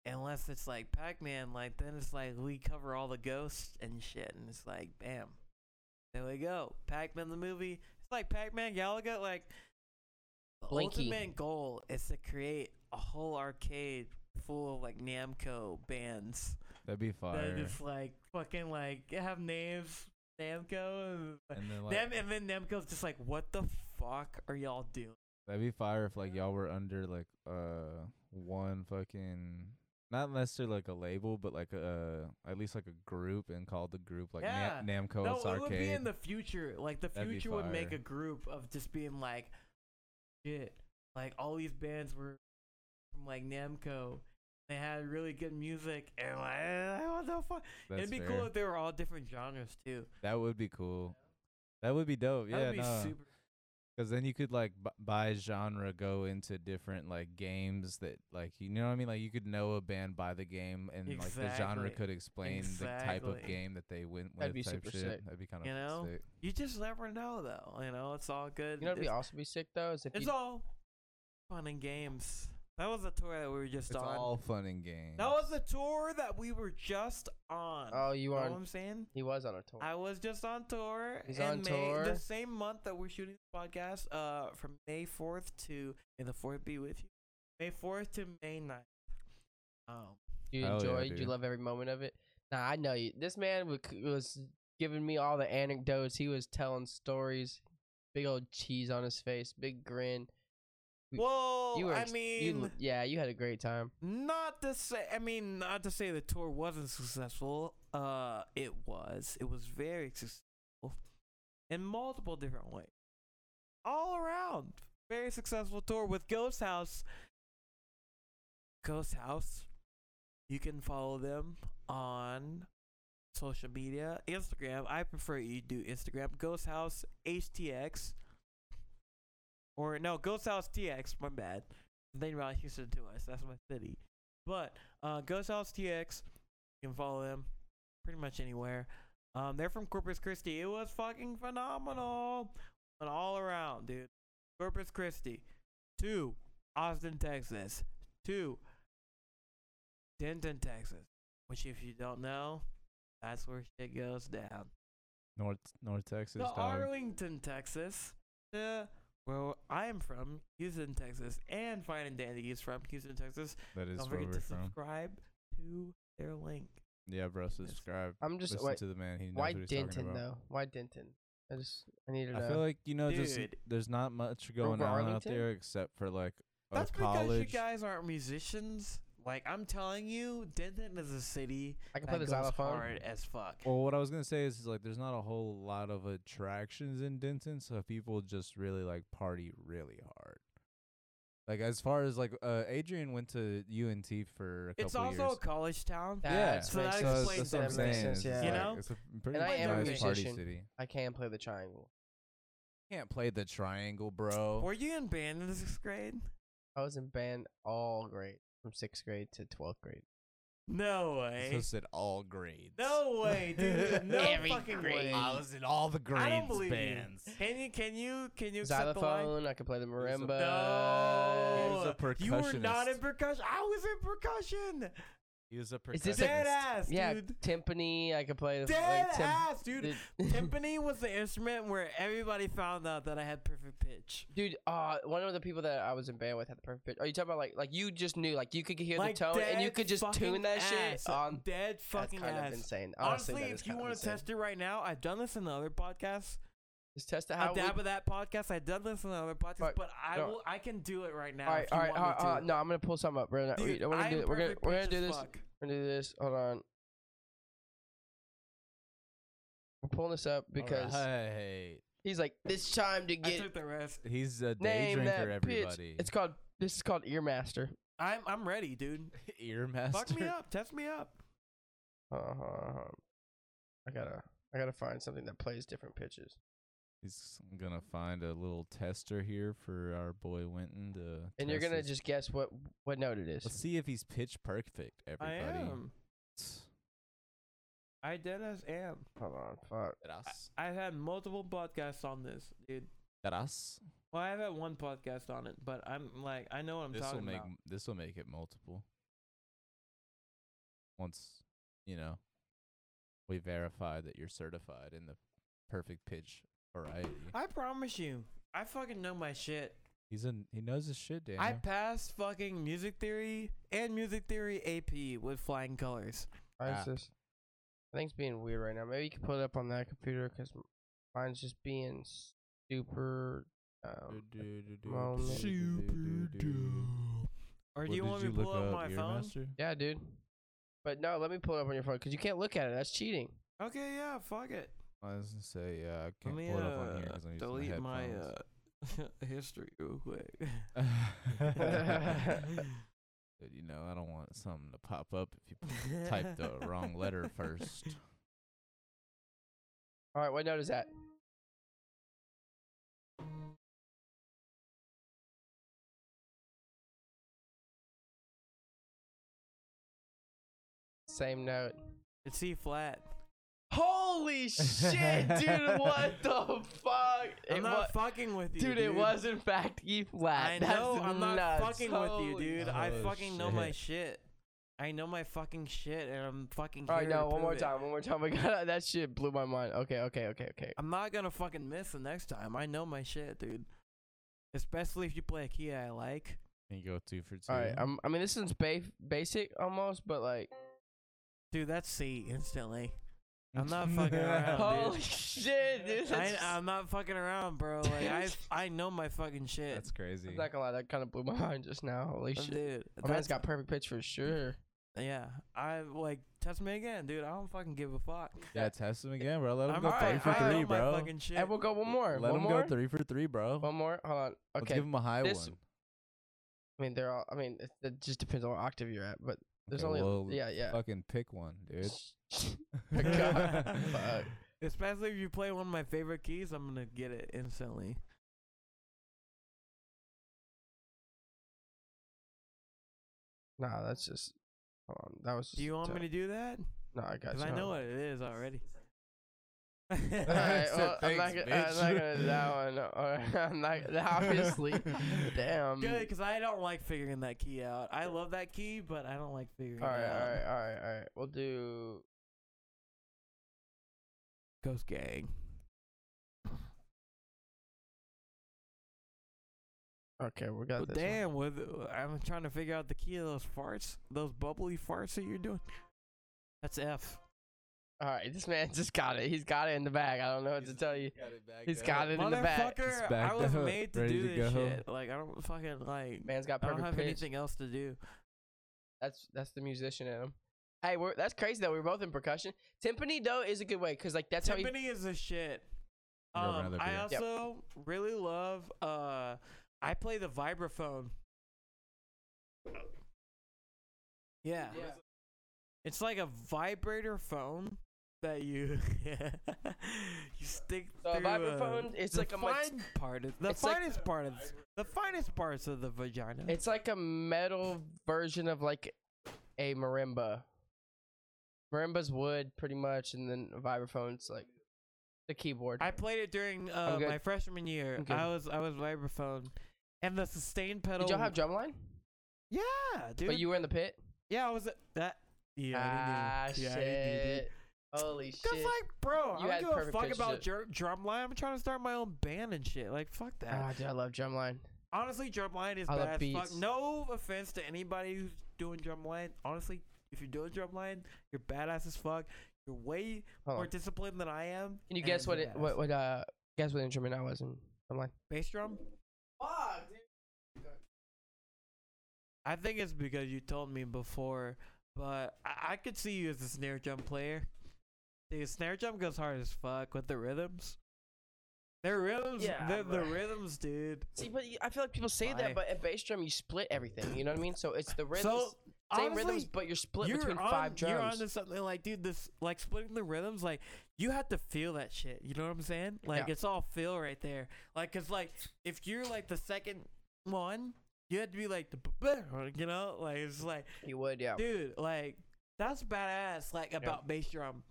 S5: Unless it's like Pac-Man, like then it's like we cover all the ghosts and shit, and it's like, bam, there we go. Pac-Man the movie. It's like Pac-Man Galaga. Like the
S3: Blinky.
S5: ultimate goal is to create a whole arcade full of like Namco bands
S4: That'd be
S5: that are
S4: fire.
S5: just like fucking like have names Namco and,
S4: and then like
S5: Nam- and then Namco's just like, what the fuck are y'all doing?
S4: that'd be fire if like y'all were under like uh one fucking not necessarily like a label, but like a at least like a group and called the group like
S5: Yeah.
S4: Nam- Namco
S5: no,
S4: Oh, it's
S5: it
S4: Arcade.
S5: would be in the future. Like the
S4: That'd be
S5: future would make
S4: fire.
S5: a group of just being like, shit. Like all these bands were from like Namco. They had really good music, and like, what the fuck?
S4: That's
S5: It'd be
S4: fair.
S5: cool if they were all different genres too.
S4: That would be cool. That would be dope.
S5: That'd
S4: yeah,
S5: be
S4: no.
S5: super.
S4: Because then you could like b- by genre go into different like games that like you know what I mean. Like you could know a band by the game, and like the genre
S5: Exactly.
S4: could explain the type of
S5: Exactly.
S4: game that they went with.
S3: That'd be
S4: type
S3: super
S4: shit.
S3: sick.
S4: That'd be kind of
S5: You know?
S4: sick.
S5: You just never know though. You know, it's all good.
S3: You know, it'd be
S5: it's,
S3: also be sick though. Is if
S5: it's
S3: you,
S5: all fun and games. That was the tour that we were just
S4: It's
S5: on.
S4: all fun and games.
S5: that was the tour that we were just on.
S3: Oh, you
S5: know
S3: are.
S5: what I'm saying?
S3: He was on a tour.
S5: I was just on tour
S3: He's
S5: in
S3: on
S5: May,
S3: tour.
S5: the same month that we're shooting the podcast. Uh, from May fourth to May the fourth be with you. May fourth to May 9th. Um,
S3: you
S4: Hell yeah,
S3: enjoyed. you
S4: dude.
S3: love every moment of it. Nah, I know you. This man wa- c- was giving me all the anecdotes. He was telling stories. Big old cheese on his face. Big grin. You-
S5: well,
S3: you were.
S5: Oh, I
S3: ex-
S5: mean,
S3: you, yeah, you had a great time.
S5: not to say i mean not to say the tour wasn't successful uh it was it was very successful in multiple different ways all around very successful tour with ghost house ghost house you can follow them on social media instagram i prefer you do instagram ghost house htx or no ghost house tx my bad they brought Houston to us. That's my city. But uh, Ghost House TX, you can follow them pretty much anywhere. Um, they're from Corpus Christi. It was fucking phenomenal, and all around, dude. Corpus Christi to Austin, Texas to Denton, Texas. Which, if you don't know, that's where shit goes down.
S4: North North Texas.
S5: No,
S4: dog.
S5: Arlington, Texas. Uh, where I am from, Houston, Texas, and Fine and Dandy is from Houston, Texas.
S4: that is
S5: Don't
S4: where
S5: forget
S4: we're
S5: to
S4: from.
S5: subscribe to their link.
S4: Yeah, bro. Subscribe.
S3: I'm just.
S4: Listen
S3: Wait,
S4: to the man. He knows
S3: why
S4: what he's talking
S3: Denton
S4: about.
S3: though? uh, Why Denton? I just. I need to know.
S4: I feel like you know, just
S5: Dude.
S4: there's not much going on out
S3: Arlington?
S4: there except for like a
S5: That's because you
S4: Oh, college.
S5: guys aren't musicians. Like I'm telling you, Denton is a city
S3: I can
S5: that
S3: play the
S5: goes
S3: xylophone.
S5: hard as fuck.
S4: well, what I was gonna say is, is like there's not a whole lot of attractions in Denton, so people just really like party really hard. Like as far as like uh, Adrian went to UNT for a couple
S5: It's also
S4: years.
S5: a college town.
S3: That
S4: yeah,
S3: makes
S5: So that
S3: sense.
S4: So it's-
S5: explains
S4: that's what I'm
S5: that.
S4: saying.
S5: Makes
S4: it's
S3: sense, yeah.
S4: like,
S5: You know?
S4: it's a pretty
S3: I
S5: am a
S4: nice party
S3: musician.
S4: city.
S3: I can play the triangle.
S4: Can't play the triangle, bro.
S5: Were you in band in sixth grade?
S3: I was in band all grade from sixth grade to twelfth grade.
S5: No way.
S4: So said all grades.
S5: no way, dude. No
S3: Every
S5: fucking
S3: grade.
S5: way.
S4: I was in all the grades
S5: I don't believe
S4: bands.
S5: you. Can you can you can you accept the line?
S3: Xylophone. I can play the
S4: There's a-
S3: marimba.
S4: was
S5: No,
S4: a
S5: you were not
S4: percussionist.
S5: in percussion. I was in percussion.
S4: He was a
S3: Is this a-
S5: Dead
S4: percussionist.
S5: ass,
S3: Yeah,
S5: dude.
S3: timpani. I could play the
S5: Dead
S3: like, tim-
S5: ass, dude.
S3: the-
S5: Timpani was the instrument where everybody found out that I had perfect pitch.
S3: Dude, uh, one of the people that I was in band with had the perfect pitch. Are you talking about like like you just knew like you could hear
S5: like,
S3: the tone and you
S5: dead
S3: could just
S5: fucking
S3: tune that
S5: ass.
S3: shit on?
S5: dead fucking
S3: that's kind
S5: ass.
S3: of insane. Honestly,
S5: Honestly,
S3: that is
S5: if you
S3: kind of
S5: want to
S3: insane.
S5: test it right now, I've done this in the other podcasts.
S3: just test it
S5: I
S3: how
S5: dab
S3: Uh, we-
S5: of that podcast. I've done this in the other podcast,
S3: Alright,
S5: but I
S3: no.
S5: will. I can do it right now.
S3: All right,
S5: if you
S3: all right, all right,
S5: want me
S3: all
S5: to.
S3: right. No, I'm gonna pull something up. We're gonna,
S5: Dude,
S3: we're
S5: I
S3: gonna
S5: am
S3: do it. We're gonna
S5: perfect
S3: we're gonna
S5: pitch
S3: do
S5: as
S3: this.
S5: fuck.
S3: We're gonna do this. Hold on. We're pulling this up because
S4: Alright.
S3: he's like, it's time to
S5: I
S3: get
S5: took the rest.
S4: he's a day
S3: name
S4: drinker.
S3: that pitch.
S4: Everybody,
S3: It's called. This is called Earmaster.
S5: I'm I'm ready, dude.
S4: ear master.
S5: Fuck me up. Test me up.
S3: Uh, I gotta I gotta find something that plays different pitches.
S4: He's gonna find a little tester here for our boy Winton to.
S3: And you're
S4: test
S3: gonna
S4: his-
S3: just guess what what note it is.
S4: Let's see if he's pitch perfect. Everybody.
S5: I am. I dead as am.
S3: Hold on, fuck.
S4: Tras.
S5: I've had multiple podcasts on this, dude.
S4: Tras.
S5: Well, I've had one podcast on it, but I'm like, I know what I'm
S4: This will
S5: talking
S4: make
S5: about.
S4: this will make it multiple. Once, you know, we verify that you're certified in the perfect pitch variety.
S5: I promise you, I fucking know my shit.
S4: He's in. He knows his shit, Daniel.
S5: I passed fucking music theory and music theory AP with flying colors.
S3: Why is
S4: Ah.
S3: this? I think it's being weird right now. Maybe you can put it up on that computer because mine's just being super. Um, moment.
S5: Or do you want me to pull up my phone?
S3: yeah, dude. But no, let me pull it up on your phone because you can't look at it. That's cheating.
S5: Okay, yeah, fuck it.
S4: I was gonna say, yeah, I
S5: Let
S4: can't
S5: me
S4: pull it up on here
S5: uh,
S4: 'cause I'm using
S5: delete
S4: my
S5: my
S4: headphones.
S5: uh, history real quick. uh,
S4: But, you know, I don't want something to pop up if you type the wrong letter first.
S3: All right, what note is that? Same note.
S5: It's C flat.
S3: Holy shit, dude! What the fuck?
S5: I'm
S3: It
S5: not
S3: wa-
S5: fucking with you,
S3: dude,
S5: dude.
S3: it was in fact E flat.
S5: I
S3: That's
S5: know. I'm not
S3: nuts.
S5: fucking with you,
S3: Holy
S5: dude. I
S4: Oh,
S5: fucking know my shit. I know my fucking shit, and I'm fucking.
S3: All
S5: Here
S3: right,
S5: to
S3: no, one
S5: prove
S3: more
S5: it.
S3: time, one more time. I got that shit blew my mind. Okay, okay, okay, okay.
S5: I'm not gonna fucking miss the next time. I know my shit, dude. Especially if you play a key I like.
S4: Can you go two for 2
S3: All right, I'm, I mean this is ba- basic almost, but like,
S5: Dude, that's C instantly. I'm not fucking around,
S3: holy
S5: dude.
S3: shit, dude!
S5: I,
S3: that's-
S5: I'm not fucking around, bro. Like I, I know my fucking shit,
S4: That's crazy.
S3: I'm not gonna lie, that kind of blew my mind just now. Holy shit!
S5: dude.
S3: My man's
S5: that's-
S3: got perfect pitch for sure.
S5: yeah. I like test me again, dude. I don't fucking give a fuck.
S4: yeah, test him again, bro. Let him
S5: I'm
S4: go
S5: alright.
S4: three for
S5: I know
S4: three,
S5: my
S4: bro.
S5: fucking shit.
S3: And we'll go one more.
S4: Let
S3: one
S4: him
S3: more.
S4: go three for three, bro.
S3: One more. Hold on.
S4: Let's
S3: Okay.
S4: give him a high
S3: this-
S4: one.
S3: I mean, they're all. I mean, it, it just depends on what octave you're at, but there's
S4: Okay,
S3: only.
S4: well,
S3: yeah, yeah.
S4: Fucking pick one, dude.
S3: Oh God, fuck.
S5: Especially if you play one of my favorite keys, I'm gonna get it instantly.
S3: Nah, that's just. Hold on. That was. Just
S5: Do you want me to do that?
S3: No, I got
S5: Because
S3: you.
S5: I know what it is already.
S3: All right,
S4: said,
S3: well, I'm not
S4: "Thanks,
S3: gonna. I'm not gonna do that one. Or I'm not. Obviously. Damn.
S5: Good, because I don't like figuring that key out. I love that key, but I don't like figuring
S3: All right,
S5: it out.
S3: all right, all right, all right. We'll do.
S5: Ghost Gang.
S3: Okay, we got
S5: Well,
S3: this.
S5: damn, with I'm trying to figure out the key of those farts, those bubbly farts that you're doing. That's F.
S3: All right, this man just got it. He's got it in the bag. I don't know what to tell you. He's got it in the bag.
S5: Motherfucker, I
S4: backed
S5: was
S4: up,
S5: made to
S4: ready
S5: do
S4: to
S5: this
S4: go.
S5: shit. Like I don't fucking like.
S3: Man's got
S5: I don't
S3: perfect
S5: have
S3: pitch.
S5: anything else to do.
S3: That's that's the musician in him. Hey, we're, that's crazy though. We're both in percussion. Timpani though is a good way because like that's how he.
S5: Timpani is a shit.
S4: Grab
S5: Um,
S4: another
S5: I
S4: beer.
S3: Yep.
S5: also really love. Uh, I play the vibraphone. Yeah. it's like a vibrator phone that you you stick.
S3: So a
S5: through uh,
S3: vibraphone, it's
S5: the
S3: like a
S5: fine
S3: mus-
S5: part. Of, the
S3: it's like-
S5: finest part of the finest parts of the vagina.
S3: It's like a metal version of like a marimba. Marimba's wood, pretty much, and then a vibraphone's like the keyboard.
S5: I played it during uh,
S3: I'm good.
S5: my freshman year.
S3: I'm good.
S5: I was I was vibraphone, and the sustain pedal.
S3: Did y'all have drumline?
S5: yeah, dude.
S3: But you were in the pit.
S5: Yeah, I was uh, at that. Yeah,
S3: ah
S5: I didn't need, yeah, I didn't need
S3: shit!
S5: it.
S3: Holy shit!
S5: Cause like, bro,
S3: You
S5: I
S3: had
S5: don't give a
S3: perfect
S5: fuck
S3: pitches
S5: about
S3: up.
S5: jer- drumline. I'm trying to start my own band and shit. Like, fuck that.
S3: Ah, dude, I love drumline.
S5: Honestly, drumline is
S3: Ah. I love
S5: bad as fuck.
S3: beats.
S5: No offense to anybody who's doing drumline. Honestly, if you're doing drumline, you're badass as fuck. You're way
S3: Hold
S5: more
S3: on.
S5: disciplined than I am.
S3: Can you
S5: and
S3: guess what
S5: you're
S3: it,
S5: badass.
S3: what what uh guess what instrument I was in? Drumline.
S5: bass drum? I think it's because you told me before, but I, I could see you as a snare drum player. The snare drum goes hard as fuck with the rhythms. Their rhythms,
S3: Yeah,
S5: they're the
S3: but-
S5: rhythms, dude.
S3: See, but you- I feel like people say
S5: Why?
S3: that, but at bass drum you split everything. You know what I mean? So it's the rhythms,
S5: So
S3: same
S5: honestly,
S3: rhythms, but you're split
S5: you're
S3: between
S5: on,
S3: five
S5: You're
S3: drums.
S5: onto something like, dude. This like splitting the rhythms, like you have to feel that shit. You know what I'm saying? Like
S3: Yeah.
S5: it's all feel right there. Like, cause like if you're like the second one, you have to be like the, you know, like it's like
S3: you would, yeah.
S5: dude like that's badass like about bass drum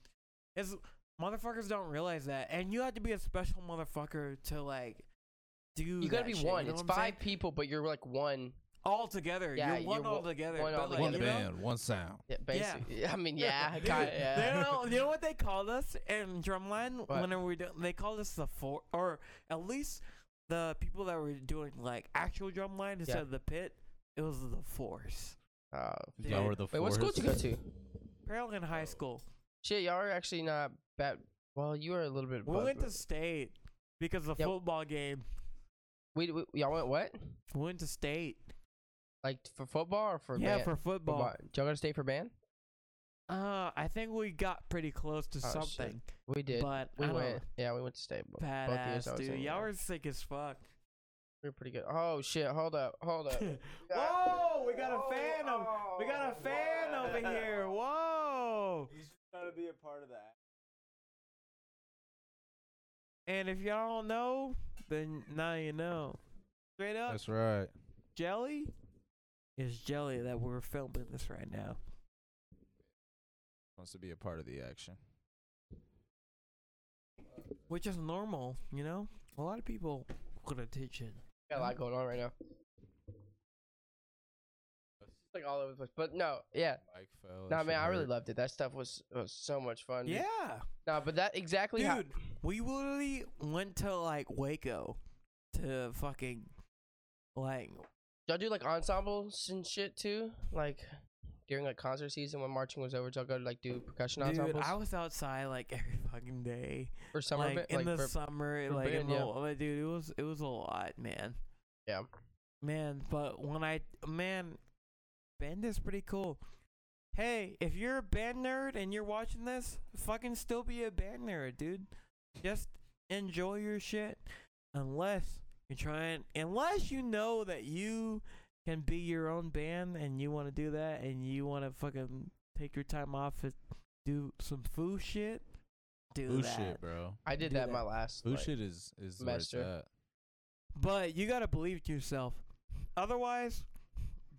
S5: is motherfuckers don't realize that and you have to be a special motherfucker to like do
S3: you gotta
S5: that
S3: be
S5: shit,
S3: one.
S5: you know
S3: it's
S5: what I'm saying?
S3: five people, but you're like one.
S5: all together
S3: Yeah,
S5: you're one
S3: you're
S5: all
S3: one-
S5: together
S3: one
S5: but,
S3: all
S5: like,
S4: one
S5: you know-
S4: band, one sound.
S3: Yeah, basically. I mean, yeah,
S5: Dude,
S3: kind yeah.
S5: They don't, you know what they called us in drumline
S3: What?
S5: whenever we do, they called us the four or at least the people that were doing like actual drumline instead of the pit it was the force
S3: Oh.
S4: Is that
S5: Dude.
S4: where the
S3: Wait, what school
S4: fours-
S3: did you go to?
S5: apparently in
S3: Oh,
S5: high school
S3: Shit, y'all are actually not bad. Well, you were a little bit.
S5: we
S3: above,
S5: went to
S3: but-
S5: state because the
S3: Yep.
S5: football game
S3: we, we y'all went what?
S5: Went to state.
S3: Like for football or for
S5: yeah,
S3: band?
S5: for football.
S3: Did y'all go to state for band?
S5: Uh, I think we got pretty close to
S3: Oh, shit.
S5: something,
S3: We did.
S5: but
S3: we
S5: I don't
S3: went. Yeah, we went to state. bo-
S5: know.
S3: both years, I
S5: Badass,
S3: was
S5: dude.
S3: in,
S5: Y'all
S3: yeah.
S5: were sick as fuck.
S3: We were pretty good. Oh shit! Hold up! Hold up!
S5: Whoa, we got a fan. o- we got a fan over here. Whow.
S1: You should try to be a part of that.
S5: And if y'all don't know, then now you know. Straight up,
S4: That's right.
S5: jelly is jelly that we're filming this right now.
S4: Wants to be a part of the action.
S5: which is normal, you know. A lot of people go to Detention.
S3: Got a lot going on right now. It's like all over the place. But no, yeah.
S4: Mike fell.
S3: No, man, I really loved it. That stuff was, was so much fun. dude.
S5: Yeah,
S3: No, but that exactly
S5: dude,
S3: how
S5: we literally went to like Waco to fucking like
S3: y'all do like ensembles and shit too? Like during like concert season when marching was over, y'all go to like do percussion
S5: Dude,
S3: ensembles
S5: I was outside like every fucking day,
S3: for summer
S5: like
S3: bit,
S5: in
S3: like
S5: the
S3: for-
S5: summer,
S3: for
S5: like in
S3: band,
S5: the,
S3: yeah.
S5: like, dude, it was it was a lot, man.
S3: Yeah.
S5: man. But when I man, band is pretty cool. Hey, if you're a band nerd and you're watching this, fucking still be a band nerd, dude. Just enjoy your shit, unless you're trying, unless you know that you can be your own band and you want to do that and you want to fucking take your time off and do some foo shit, do
S4: Who
S5: that.
S4: shit, bro?
S3: I did
S5: do
S3: that,
S5: that.
S3: my last.
S4: Who
S3: like-
S4: shit is is where it's
S3: semester.
S4: at.
S5: But you gotta believe in yourself. Otherwise,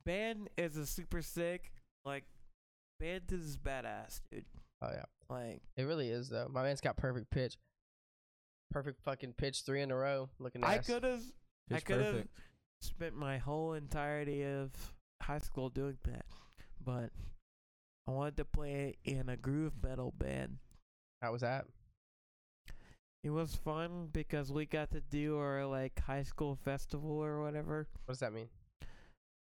S5: band is a super sick. Like, band is badass, dude.
S3: Oh yeah,
S5: Like,
S3: it really is though. My man's got perfect pitch, perfect fucking pitch, three in a row, looking. Nice.
S5: I could have, I
S4: Pitch
S5: could have
S4: Perfect.
S5: spent my whole entirety of high school doing that, but I wanted to play in a groove metal band.
S3: How was that?
S5: It was fun because we got to do our like high school festival or whatever.
S3: What does that mean?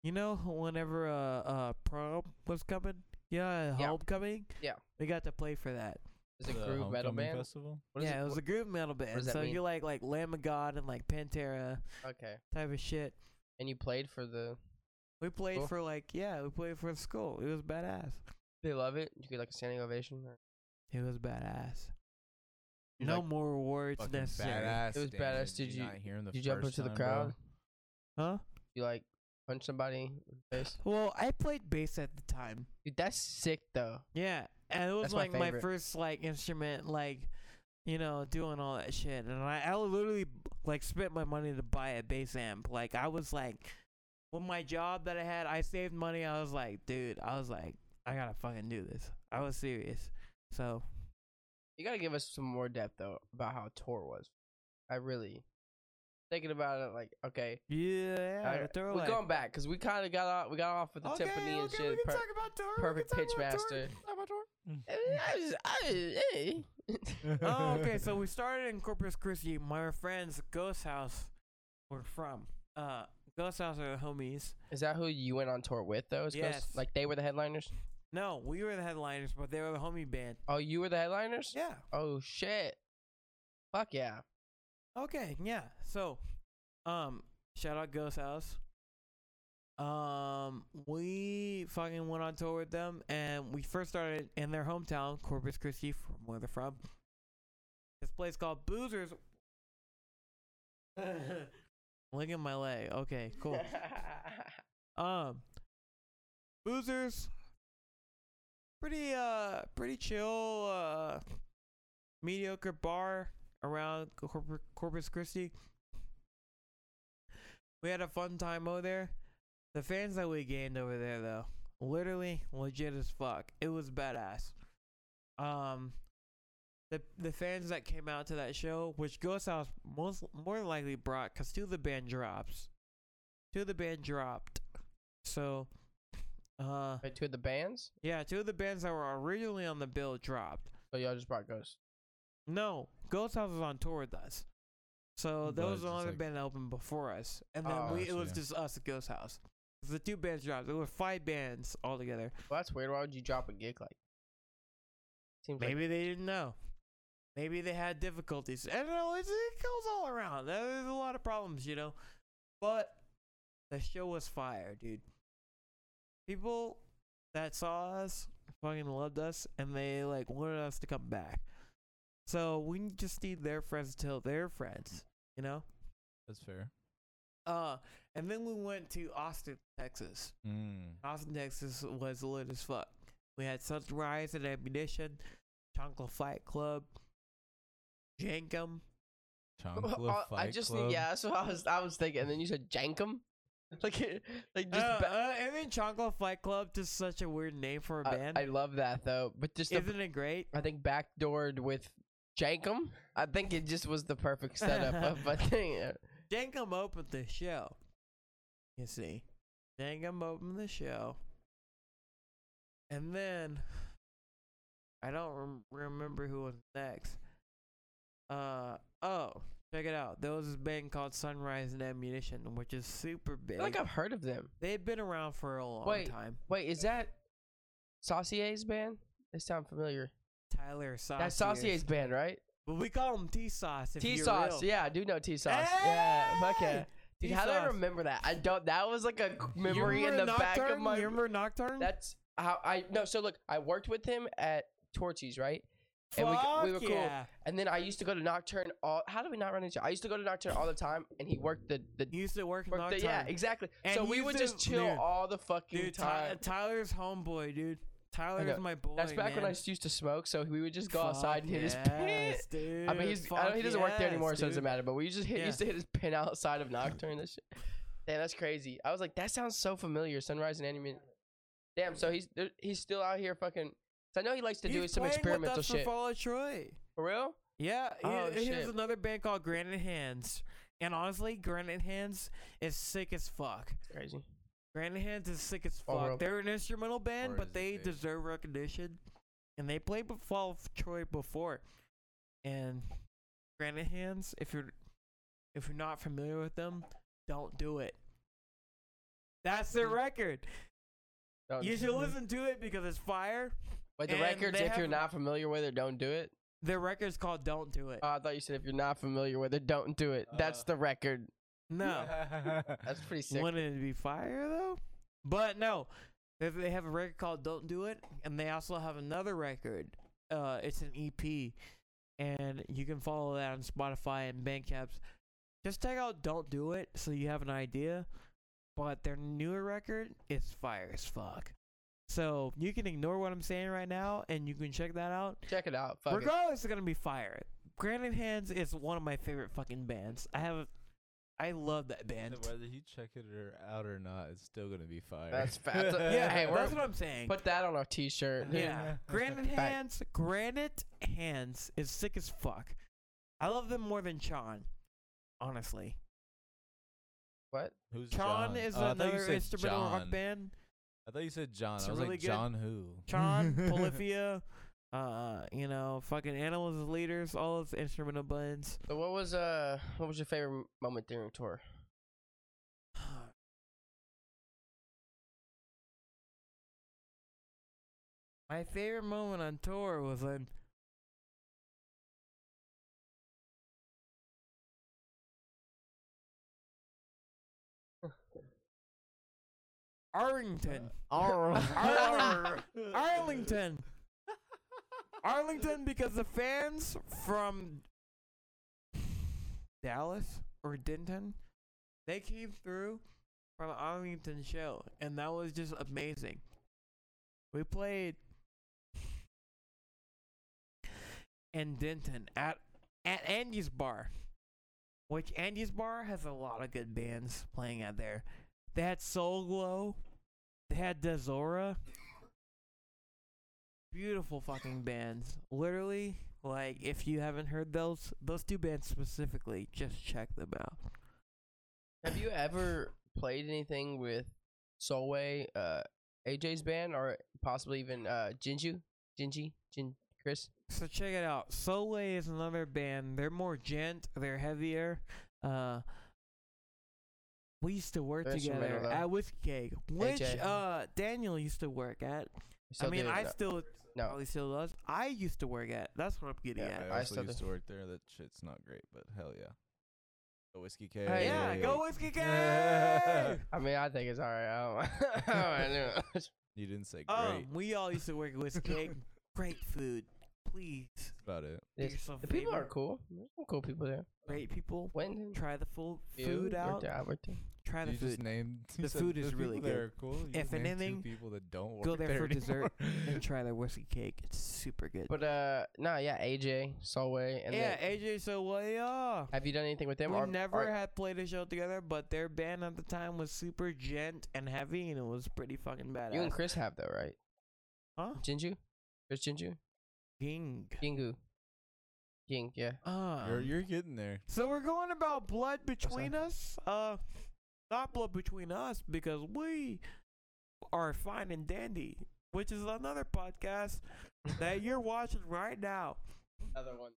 S5: You know, whenever uh, uh prom was coming, yeah,
S3: Yeah.
S5: homecoming,
S3: Yeah.
S5: we got to play for that.
S3: Is it
S4: The
S3: groove metal
S4: homecoming
S3: band?
S4: festival.
S3: What is
S5: yeah, it, was a groove metal band.
S3: does that
S5: So
S3: mean?
S5: you like like Lamb of God and like Pantera
S3: okay.
S5: type of shit.
S3: And you played for the?
S5: We played
S3: Cool.
S5: for like yeah, we played for school. It was badass.
S3: They love it. You get like a standing ovation. Or...
S5: It was badass.
S3: You
S5: no
S3: like
S5: more words
S4: Fucking
S5: necessary.
S4: badass.
S3: It was
S4: damn
S3: badass. Did you-
S4: not hear him the
S3: did you jump
S4: first
S3: into
S4: time,
S3: the
S4: bro?
S3: crowd?
S5: Huh?
S3: You like punch somebody in the face.
S5: Well, I played bass at the time.
S3: Dude, that's sick though.
S5: Yeah, and it was
S3: That's my
S5: like my,
S3: favorite.
S5: first like instrument, like you know, doing all that shit. And I, I literally like spent my money to buy a bass amp. Like I was like, with my job that I had, I saved money. I was like, dude, I was like, I gotta fucking do this. I was serious. So
S3: You gotta give us some more depth though about how tour was. I really thinking about it. Like, okay,
S5: yeah,
S3: all right,
S5: the tour
S3: we're
S5: life.
S3: going back because we kind of got off. We got off with the
S5: Okay,
S3: Tiffany and
S5: okay,
S3: shit.
S5: we can
S3: per-
S5: talk about tour, we can
S3: perfect
S5: talk
S3: pitch
S5: about tour,
S3: master.
S5: we can talk about tour.
S3: I was, eh. I was, hey.
S5: oh, okay. So we started in Corpus Christi. My friend's ghost house were from. Uh, ghost house are the homies.
S3: Is that who you went on tour with though? Is Ghost-
S5: Yes.
S3: Like they were the headliners.
S5: No, we were the headliners, but they were the homie band.
S3: Oh, you were the headliners.
S5: Yeah.
S3: Oh shit. Fuck yeah.
S5: Okay. Yeah. So, um, shout out Ghost House. Um, we fucking went on tour with them, and we first started in their hometown, Corpus Christi, from where they're from. This place called Boozers. Look at my leg. Okay, cool. Um, Boozers, pretty uh, pretty chill, uh, mediocre bar around Corpor- Corpus Christi. We had a fun time over there. The fans that we gained over there, though, literally legit as fuck. It was badass. Um, the the fans that came out to that show, which Ghost House most more than likely brought, cause two of the band drops, two of the band dropped. So, uh,
S3: Wait, two of the bands.
S5: yeah, two of the bands that were originally on the bill dropped.
S3: So Oh, y'all just brought Ghost.
S5: No, Ghost House was on tour with us. So
S4: Hmm, But
S5: there was
S4: it's
S5: another
S4: like-
S5: band that opened before us, and then
S3: Oh,
S4: I
S5: we it was
S4: see.
S5: just us at Ghost House. 'Cause The two bands dropped. There were five bands altogether.
S3: Well, that's weird. Why would you drop a gig like? Seems like
S5: Maybe they didn't know. Maybe they had difficulties. I don't know. It's, it goes all around. There- There's a lot of problems, you know. But the show was fire, dude. People that saw us fucking loved us, and they like wanted us to come back. So we just need their friends to tell their friends, you know.
S4: That's fair.
S5: Uh, and then we went to Austin, Texas.
S4: Mm.
S5: Austin, Texas was lit as fuck. We had Sunrise and Ammunition, Chonkla Fight Club, Jankum.
S4: Chonkla
S3: Oh, I
S4: Fight
S3: just
S4: Club.
S3: yeah, that's what I was I was thinking. And then you said Jankum, like it- like just.
S5: Uh,
S3: ba-
S5: uh, and then Chonkla Fight Club, just such a weird name for a
S3: I-
S5: band.
S3: I, love that though, but just the,
S5: Isn't it great?
S3: I think backdoored with Jankum. I think it just was the perfect setup of a thing.
S5: Jankum opened the show. You see, Jankum opened the show, and then I don't rem- remember who was next. Uh oh, check it out. There was this band called Sunrise and Ammunition, which is super
S3: I
S5: big.
S3: feel like I've heard of them.
S5: They've been around for a long
S3: Wait.
S5: time.
S3: Wait, is that Saucier's band? They sound familiar.
S5: Tyler Sauce.
S3: That's Saucier's band, right?
S5: But we call him T Sauce.
S3: T sauce. Yeah, I do know T sauce. Yeah, fuck yeah. Dude, how do I remember that? I don't. That was like a memory in the back of my.
S5: You remember Nocturne?
S3: That's how I no. So look, I worked with him at Torchy's, right? and we- we were
S5: Fuck
S3: cool.
S5: yeah.
S3: And then I used to go to Nocturne all. How do we not run into? I used to go to Nocturne all the time, and he worked the the.
S5: He used to work in
S3: worked
S5: Nocturne.
S3: the yeah, exactly.
S5: And
S3: so
S5: he
S3: we
S5: used
S3: would
S5: to-
S3: just chill
S5: dude,
S3: all the fucking
S5: Dude, Ty-
S3: time.
S5: Tyler's homeboy, dude. Tyler's
S3: know.
S5: my boy.
S3: That's back when I
S5: man.
S3: used to smoke, so we would just go
S5: Fuck
S3: outside and hit his pin.
S5: yes, dude.
S3: I mean, he's, I
S5: Fuck
S3: don't, he doesn't work there
S5: yes,
S3: anymore, so it
S5: dude.
S3: doesn't matter. But we just hit,
S5: Yeah.
S3: used to hit his pin outside of Nocturne. and shit. Damn, that's crazy. I was like, that sounds so familiar. Sunrise and Anime. Damn, so he's there- he's still out here fucking. 'cause I know he likes to do
S5: He's
S3: some
S5: playing
S3: experimental
S5: with us
S3: shit.
S5: For Fall Out Troy.
S3: For real?
S5: Yeah, he,
S3: Oh,
S5: he has
S3: shit.
S5: another band called Granite Hands, and honestly, Granite Hands is sick as fuck.
S3: It's crazy.
S5: Granite Hands is sick as
S3: Oh,
S5: fuck.
S3: real-
S5: They're an instrumental band,
S4: Or
S5: but
S4: is it
S5: they
S4: big?
S5: deserve recognition. And they played with Fall of Troy before. And Granite Hands, if you're if you're not familiar with them, don't do it. That's their record.
S3: Don't-
S5: You should listen to it because it's fire.
S3: But the
S5: and
S3: records,
S5: they
S3: if you're
S5: have-
S3: not familiar with it, don't do it.
S5: Their record's called "Don't Do It."
S3: Oh, I thought you said if you're not familiar with it, don't do it. That's
S4: Uh.
S3: the record.
S5: no,
S3: That's pretty sick.
S5: wanted it to be fire though. But no, they- they have a record called "Don't Do It," and they also have another record. Uh, it's an EP, and you can follow that on Spotify and Bandcamps. Just check out "Don't Do It" so you have an idea. But their newer record is fire as fuck. So you can ignore what I'm saying right now, and you can check that out.
S3: Check it out. Fuck it.
S5: Regardless, it's gonna be fire. Granite Hands is one of my favorite fucking bands. I have, I love that band.
S4: Whether you check it or out or not, it's still gonna be fire.
S3: That's fat.
S5: Yeah,
S3: Hey, we're-
S5: that's what I'm saying.
S3: Put that on a t-shirt.
S5: yeah, Granite
S3: Fact.
S5: Hands, Granite Hands is sick as fuck. I love them more than Chon, honestly.
S3: What?
S4: Who's
S5: Chon
S4: John?
S5: is
S4: Oh, I thought you
S5: another
S4: said
S5: instrumental rock
S4: John.
S5: band.
S4: I thought you said John.
S5: It's
S4: I was
S5: really
S4: like
S5: good.
S4: John who?
S5: Chon, Polyphia, uh, you know, fucking Animals as Leaders, all those instrumental bands.
S3: So what was uh what was your favorite m- moment during tour?
S5: My favorite moment on tour was when Arlington. Arr. Arlington. Arlington because the fans from Dallas or Denton, they came through for the Arlington show, and that was just amazing. We played in Denton at at Andy's Bar, which Andy's Bar has a lot of good bands playing out there. They had Soul Glow, they had Dezora, beautiful fucking bands. Literally, like if you haven't heard those those two bands specifically, just check them out.
S3: Have you ever played anything with Solway, uh, AJ's band, or possibly even uh, Jinju, Jinji, Jin, Chris?
S5: So check it out. Solway is another band. They're more gent. They're heavier. Uh, we used to work
S3: They're
S5: together
S3: instrumental, though.
S5: at Whiskey Cake, which
S3: AJ.
S5: uh Daniel used to work at.
S3: Still
S5: I mean,
S3: do,
S5: I
S3: no,
S5: still
S3: no.
S5: probably still does. I used to work at. That's what I'm getting
S4: Yeah,
S5: at.
S4: I
S3: I
S4: also
S3: still
S4: used
S3: do.
S4: to work there. That shit's not great, but hell yeah. The whiskey cake.
S3: Hey,
S5: yeah,
S3: yeah,
S5: go Whiskey Cake.
S3: I mean, I think it's all right. I don't, I don't know.
S4: You didn't say great.
S5: um, we all used to work at Whiskey Cake. Great food, please.
S4: That's about it.
S5: Do
S3: It's-
S5: yourself a
S3: the people are
S5: favor.
S3: cool. There's some cool people there.
S5: Great people.
S3: When
S5: Try the full food out. Try the
S4: you
S5: food.
S4: just named.
S5: The food is really good.
S4: They're cool. You
S5: If
S4: just named
S5: anything,
S4: two people that don't work
S5: go there for
S4: anymore.
S5: dessert and try their whiskey cake. It's super good.
S3: But uh, no, yeah, AJ, Solway, and
S5: yeah,
S3: then,
S5: AJ, so what? Yeah,
S3: have you done anything with them?
S5: we
S3: or,
S5: never
S3: or-
S5: had played a show together, but their band at the time was super gent and heavy, and it was pretty fucking badass.
S3: you and Chris have though, right?
S5: huh?
S3: Jinju, Chris Jinju,
S5: Ging.
S3: Jingu. Yink, yeah.
S5: Um,
S4: you're, you're getting there.
S5: So we're going about blood between us. Uh, not blood between us because we are fine and dandy, which is another podcast that you're watching right now.
S3: Another one.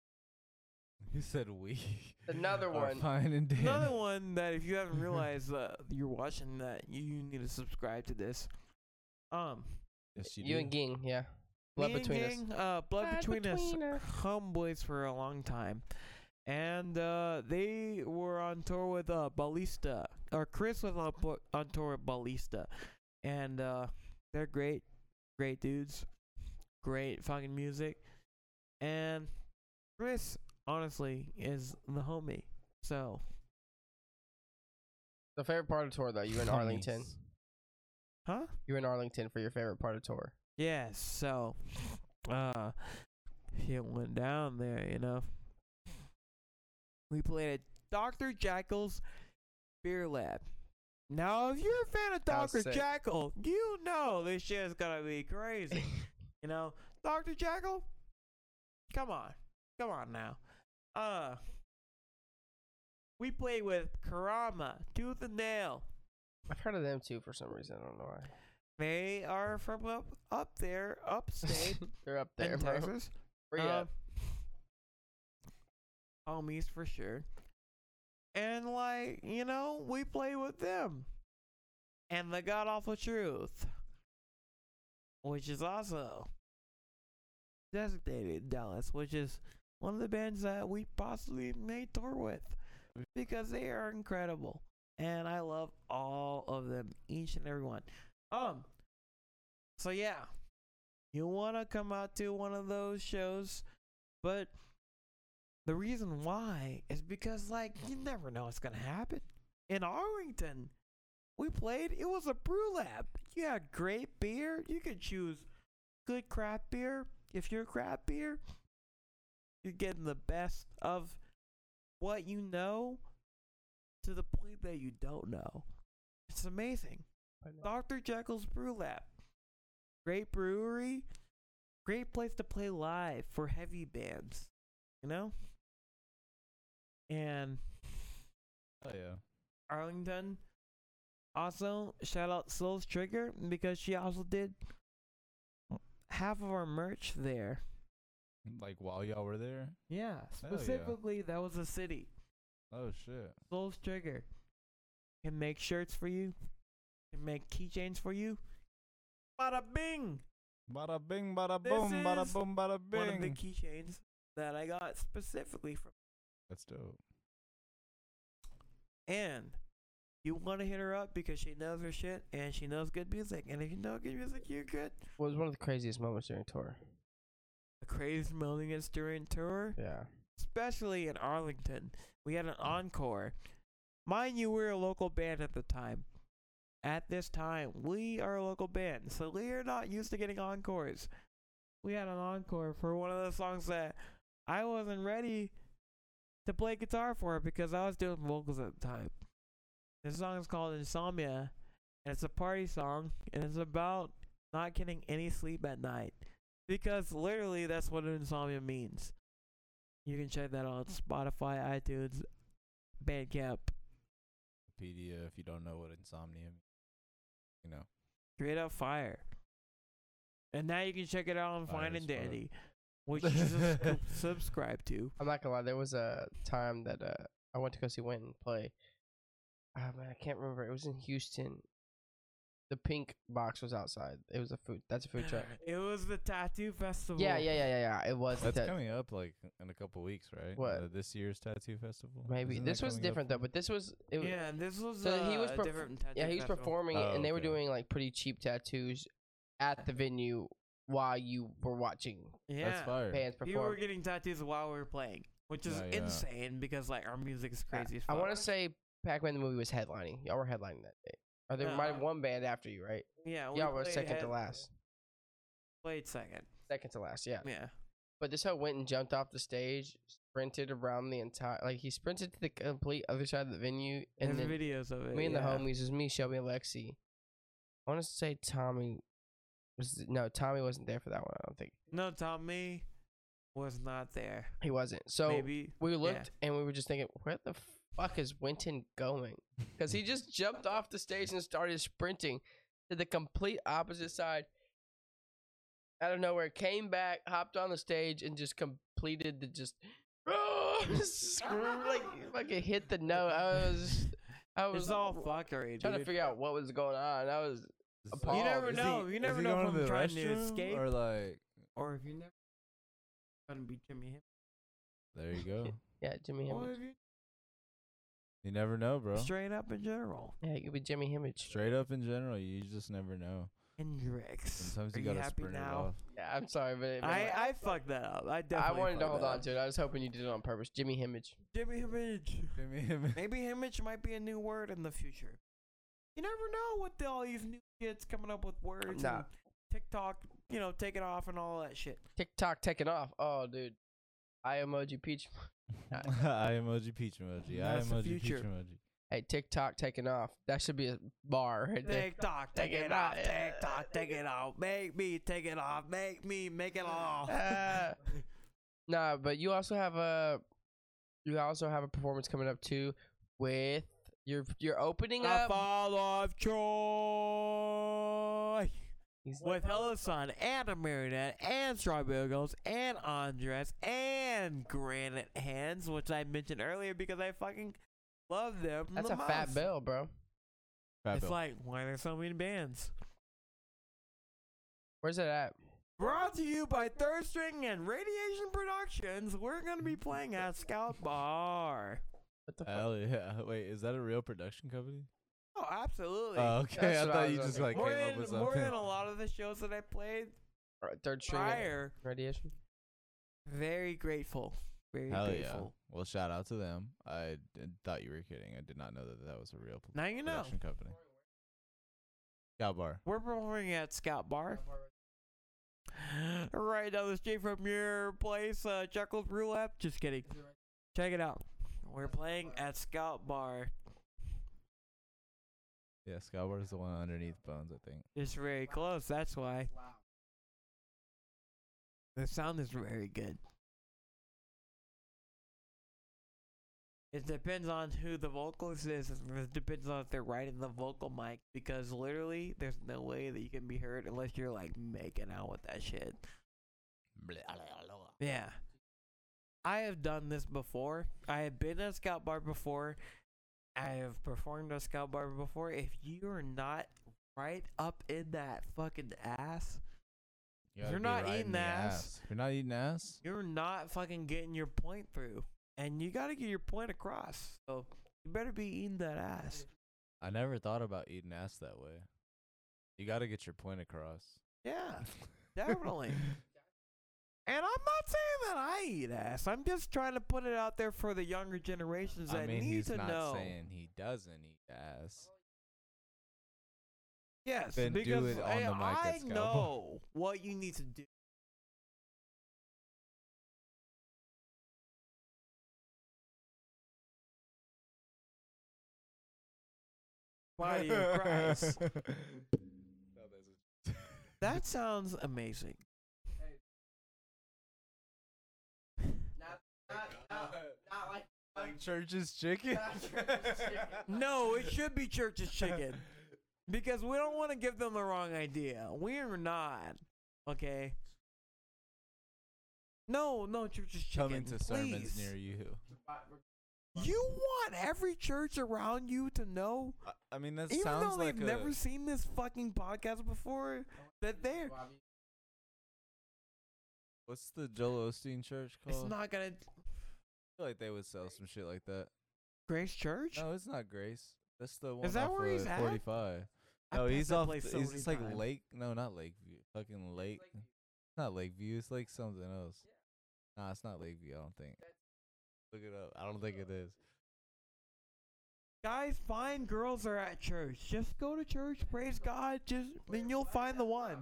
S4: You said we.
S3: Another
S4: are
S3: one.
S4: Fine and dandy.
S5: Another one that if you haven't realized uh, you're watching that, you need to subscribe to this. Um,
S4: Yes,
S3: You
S4: do.
S3: and Ging, yeah. Blood
S5: me and
S3: between us.
S5: Gang, Uh, blood
S3: Blood
S5: between,
S3: between
S5: us.
S3: us.
S5: Homeboys for a long time, and uh, they were on tour with uh, Ballista, or Chris was on, bo- on tour with Ballista, and uh, they're great, great dudes, great fucking music, and Chris honestly is the homie. So
S3: The favorite part of tour though, you were in Arlington.
S4: Homies.
S5: huh?
S3: You were in Arlington for your favorite part of tour.
S5: Yeah, so uh it went down there, you know. We played at Dr. Jackal's Beer Lab. Now if you're a fan of
S3: That was
S5: Dr.
S3: sick.
S5: Jackal, you know this shit is gonna be crazy. you know? Dr. Jackal? Come on. Come on now. Uh we played with Karama, Tooth and Nail,
S3: I've heard of them too for some reason. I don't know why.
S5: They are from up up there, upstate
S3: They're up there,
S5: in
S3: bro.
S5: Texas.
S3: Free
S5: Uh,
S3: up.
S5: Um, homies for sure. And like you know, we play with them, and the god awful truth, which is also designated Dallas, which is one of the bands that we possibly may tour with because they are incredible, and I love all of them, each and every one. Um, so yeah, you wanna come out to one of those shows, but the reason why is because like you never know what's gonna happen. In Arlington, we played. It was a brew lab. You had great beer. You could choose good craft beer. If you're craft beer, you're getting the best of what you know to the point that you don't know. It's amazing. Dr. Jekyll's Brew Lab. Great brewery. Great place to play live for heavy bands. You know? And
S4: Oh, yeah.
S5: Arlington. Also, shout out Soul's Trigger because she also did half of our merch there.
S4: Like while y'all were there.
S5: Yeah,
S4: Hell yeah.
S5: specifically that was a city.
S4: Oh shit.
S5: Soul's Trigger can make shirts for you, can make keychains for you. Bada bing!
S4: Bada bing, bada
S5: This
S4: boom, bada
S5: is
S4: boom, bada bing.
S5: One of the keychains that I got specifically from.
S4: That's dope.
S5: And you want to hit her up because she knows her shit and she knows good music. And if you know good music, you're good.
S3: Well, it was one of the craziest moments during tour.
S5: The crazy moment is during tour.
S3: Yeah.
S5: especially in Arlington, we had an encore. Mind you, we were a local band at the time. At this time, we are a local band, so we are not used to getting encores. We had an encore for one of the songs that I wasn't ready to play guitar for because I was doing vocals at the time. This song is called Insomnia, and it's a party song, and it's about not getting any sleep at night. Because literally, that's what insomnia means. You can check that on Spotify, iTunes, Bandcamp.
S4: Wikipedia, if you don't know what insomnia means. You know.
S5: Straight up fire. And now you can check it out on
S4: Fire
S5: Fine
S4: as
S5: and
S4: fuck.
S5: Dandy, which you should subscri- subscribe to.
S3: I'm not gonna lie. There was a time that uh, I went to go see Winton play. Ah man, I can't remember. It was in Houston. The pink box was outside. It was a food. That's a food truck.
S5: It was the Tattoo Festival.
S3: Yeah, yeah, yeah, yeah, yeah. It was.
S4: That's
S3: that-
S4: coming up like in a couple weeks, right?
S3: What?
S4: Uh, this year's tattoo festival.
S3: Maybe
S4: Isn't
S3: this
S4: that
S3: was
S4: coming up?
S3: different though. But this was. It was
S5: Yeah, and this was
S3: So
S5: uh,
S3: he was
S5: a
S3: perf-
S5: different tattoo.
S3: yeah. He was
S5: festival.
S3: performing, it,
S4: Oh,
S3: and they were
S4: okay.
S3: doing like pretty cheap tattoos at the venue while you were watching
S5: Yeah.
S4: That's fire. Oh,
S3: bands
S5: You
S3: perform.
S5: were getting tattoos while we were playing, which is
S4: Yeah, yeah.
S5: insane because like our music is
S3: I-
S5: crazy as
S3: I,
S5: fuck.
S3: want to say Pac-Man the movie was headlining. Y'all were headlining that day. Or there
S5: No.
S3: might have one band after you, right?
S5: yeah, we
S3: Y'all were
S5: played
S3: second to
S5: head-
S3: last.
S5: Played second.
S3: Second to last, yeah.
S5: Yeah.
S3: But this hoe went and jumped off the stage, sprinted around the entire like he sprinted to the complete other side of the venue, and
S5: There's
S3: then
S5: videos of it.
S3: me and
S5: yeah.
S3: the homies was me, Shelby, and Lexi. I want to say Tommy was no Tommy wasn't there for that one. I don't think
S5: No, Tommy. was not there.
S3: He wasn't. So
S5: Maybe
S3: we
S5: yeah.
S3: looked and we were just thinking, where the fuck is Winton going? Because he just jumped off the stage and started sprinting to the complete opposite side. Out of nowhere, came back, hopped on the stage, and just completed the just, screw, like fucking hit the note. I was, I was
S5: It's all fuckery,
S3: trying to
S5: dude.
S3: figure out what was going on. I was
S5: You
S3: Paul,
S5: never
S3: is
S5: know. you never know if I'm trying to escape
S4: or like.
S5: or if you never gonna be Jimmy Hip.
S4: There you go.
S3: yeah, Jimmy
S5: Or
S3: Hemmage.
S5: if you
S4: You never know, bro.
S5: straight up in general.
S3: Yeah, it could be Jimmy Hemmage.
S4: Straight up in general, you just never know.
S5: Hendrix.
S4: Sometimes
S5: Are
S4: you
S5: you
S4: gotta
S5: happy
S4: sprint it
S5: now?
S4: off.
S3: Yeah, I'm sorry, but it,
S5: I, I fucked that up. I
S3: I
S5: definitely.
S3: wanted to
S5: fucked
S3: hold
S5: that
S3: on
S5: up.
S3: to it. I was hoping you did it on purpose. Jimmy Hemmage.
S5: Jimmy Himage.
S4: Jimmy Him-
S5: Maybe Himage might be a new word in the future. You never know what the, all these new kids coming up with words
S3: Nah.
S5: and TikTok, you know, taking off and all that shit.
S3: TikTok taking off. Oh, dude. I emoji peach.
S4: I emoji peach emoji. I
S5: That's the
S4: emoji peach
S5: future.
S4: emoji.
S3: Hey, TikTok taking off. That should be a bar right there.
S5: TikTok,
S3: Take
S5: take it
S3: it
S5: off.
S3: out.
S5: TikTok, take it off. Make me take it off. Make me make it off.
S3: Ah. nah, but you also have a you also have a performance coming up too with you're you're opening
S5: I
S3: up
S5: fall off Troy
S3: He's-
S5: with Hellison and a marionette and Strawberry Girls and Andres and Granite Hands, which I mentioned earlier because I fucking love them.
S3: That's
S5: the
S3: a fat
S5: most.
S3: bill, bro.
S4: Fat
S5: It's
S4: Bill.
S5: like why there's so many bands.
S3: Where's it at?
S5: Brought to you by Third String and Radiation Productions. We're gonna be playing at Scout Bar.
S3: What the fuck?
S4: Hell yeah. Wait, is that a real production company?
S5: Oh, absolutely.
S4: Oh, okay.
S3: That's
S4: I
S3: what I
S4: thought
S3: was
S4: you just like
S3: wondering.
S5: more
S4: came
S5: than
S4: up with
S5: more
S4: something.
S5: than a lot of the shows that I played
S3: Alright, Third string and
S5: prior.
S3: radiation.
S5: Very grateful. Very
S4: Hell yeah.
S5: grateful.
S4: Well, shout out to them. I d- thought you were kidding. I did not know that that was a real p-
S5: Now you know.
S4: production company. Scout Bar.
S5: We're performing at Scout Bar. Right down the street from your place, uh, Chuckles Roulette. Just kidding. Check it out. We're playing at Scout Bar.
S4: Yeah, Scout Bar is the one underneath Bones, I think.
S5: It's very close. That's why. The sound is very good. It depends on who the vocalist is. It depends on if they're riding the vocal mic because literally, there's no way that you can be heard unless you're like making out with that shit. Yeah. I have done this before. I have been at Scout Bar before. I have performed at Scout Bar before. If you are not right up in that fucking ass,
S4: You
S5: If
S4: gotta
S5: you're
S4: be
S5: not
S4: riding
S5: eating
S4: the
S5: ass-
S4: If you're not eating ass,
S5: you're not fucking getting your point through. And you got to get your point across. So you better be eating that ass.
S4: I never thought about eating ass that way. You got to get your point across.
S5: Yeah, definitely. And I'm not saying that I eat ass. I'm just trying to put it out there for the younger generations that
S4: I mean,
S5: need
S4: he's
S5: to
S4: not
S5: know.
S4: saying he doesn't eat ass.
S5: Yes,
S4: Then do
S5: because
S4: it on
S5: I,
S4: the mic
S5: I
S4: at Scalpel.
S5: know what you need to do. Body of Christ. That sounds amazing.
S4: like church's chicken.
S5: No, it should be church's chicken because we don't want to give them the wrong idea. We're not okay. No, no, church's chicken.
S4: Coming to sermons
S5: please.
S4: near you.
S5: You want every church around you to know
S4: I, I mean, that
S5: Even
S4: sounds
S5: though
S4: like
S5: they've
S4: a,
S5: never seen this fucking podcast before, that they're
S4: what's the Joel Osteen church called?
S5: it's not gonna
S4: I feel like they would sell some shit like that.
S5: Grace Church.
S4: No, it's not Grace. That's the one.
S5: that
S4: off
S5: where he's
S4: of
S5: at?
S4: 45.
S5: I've
S4: No,
S5: passed
S4: he's
S5: that
S4: off.
S5: place
S4: th-
S5: so
S4: he's
S5: many
S4: just like
S5: times.
S4: Lake. No, not Lakeview. Fucking Lake. Not Lakeview. It's like something else. Nah, it's not Lakeview. I don't think. Look it up. I don't think it is.
S5: Guys, fine girls are at church. Just go to church, praise God, just and you'll find the one.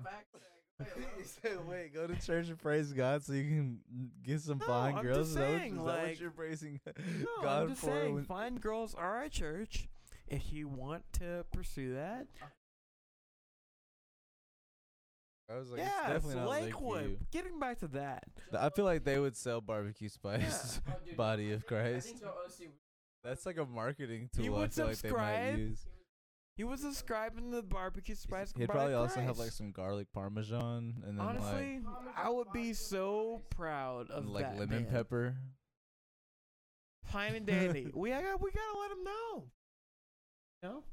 S4: he said, "Wait, go to church and praise God so you can get some
S5: No,
S4: fine
S5: I'm
S4: girls."
S5: just
S4: is that, what-
S5: saying,
S4: is that
S5: like-
S4: what you're praising
S5: No,
S4: God
S5: I'm just
S4: for?
S5: saying,
S4: when-
S5: fine girls are at church. If you want to pursue that,
S4: I was like,
S5: yeah,
S4: it's definitely not
S5: Lakewood.
S4: Lakeview.
S5: Getting back to that.
S4: Th- I feel like they would sell barbecue spice.
S5: Oh,
S4: Body of Christ. That's like a marketing tool.
S5: He
S4: I
S5: would
S4: feel like they might
S5: subscribe.
S4: use.
S5: He was subscribing to the barbecue spice.
S4: He'd
S5: by
S4: probably also have like
S5: Christ.
S4: some garlic parmesan and then
S5: Honestly, I would be so proud
S4: like
S5: of
S4: like
S5: that
S4: lemon
S5: man.
S4: pepper.
S5: Fine and dandy. we I got we gotta let him know. No.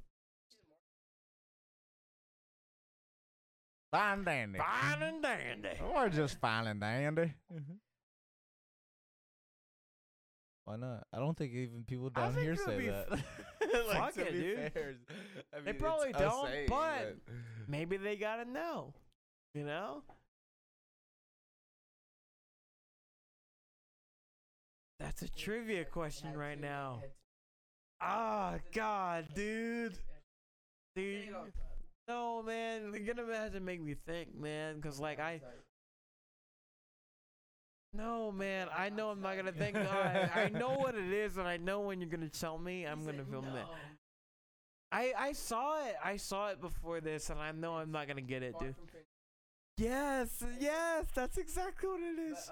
S4: Fine dandy.
S5: Fine and Mm-hmm. dandy.
S4: Or just fine and dandy. Why not? I don't think even people
S5: I
S4: down
S5: think
S4: here
S5: it would
S4: say
S5: be
S4: that.
S5: Fuck
S4: to
S5: it,
S4: be
S5: dude.
S4: fair, I mean, it's
S5: probably
S4: a
S5: don't,
S4: saying,
S5: but- Maybe they gotta know. You know. That's a trivia question right now. Ah, God, dude. Dude. No, man. You're gonna have to make me think, man. Cause like I. No, man. I know I'm not gonna think. I, I know what it is, and I know when you're gonna tell me. I'm gonna film it. I I saw it. I saw it before this, and I know I'm not gonna get it, dude. Yes, yes. That's exactly what it is.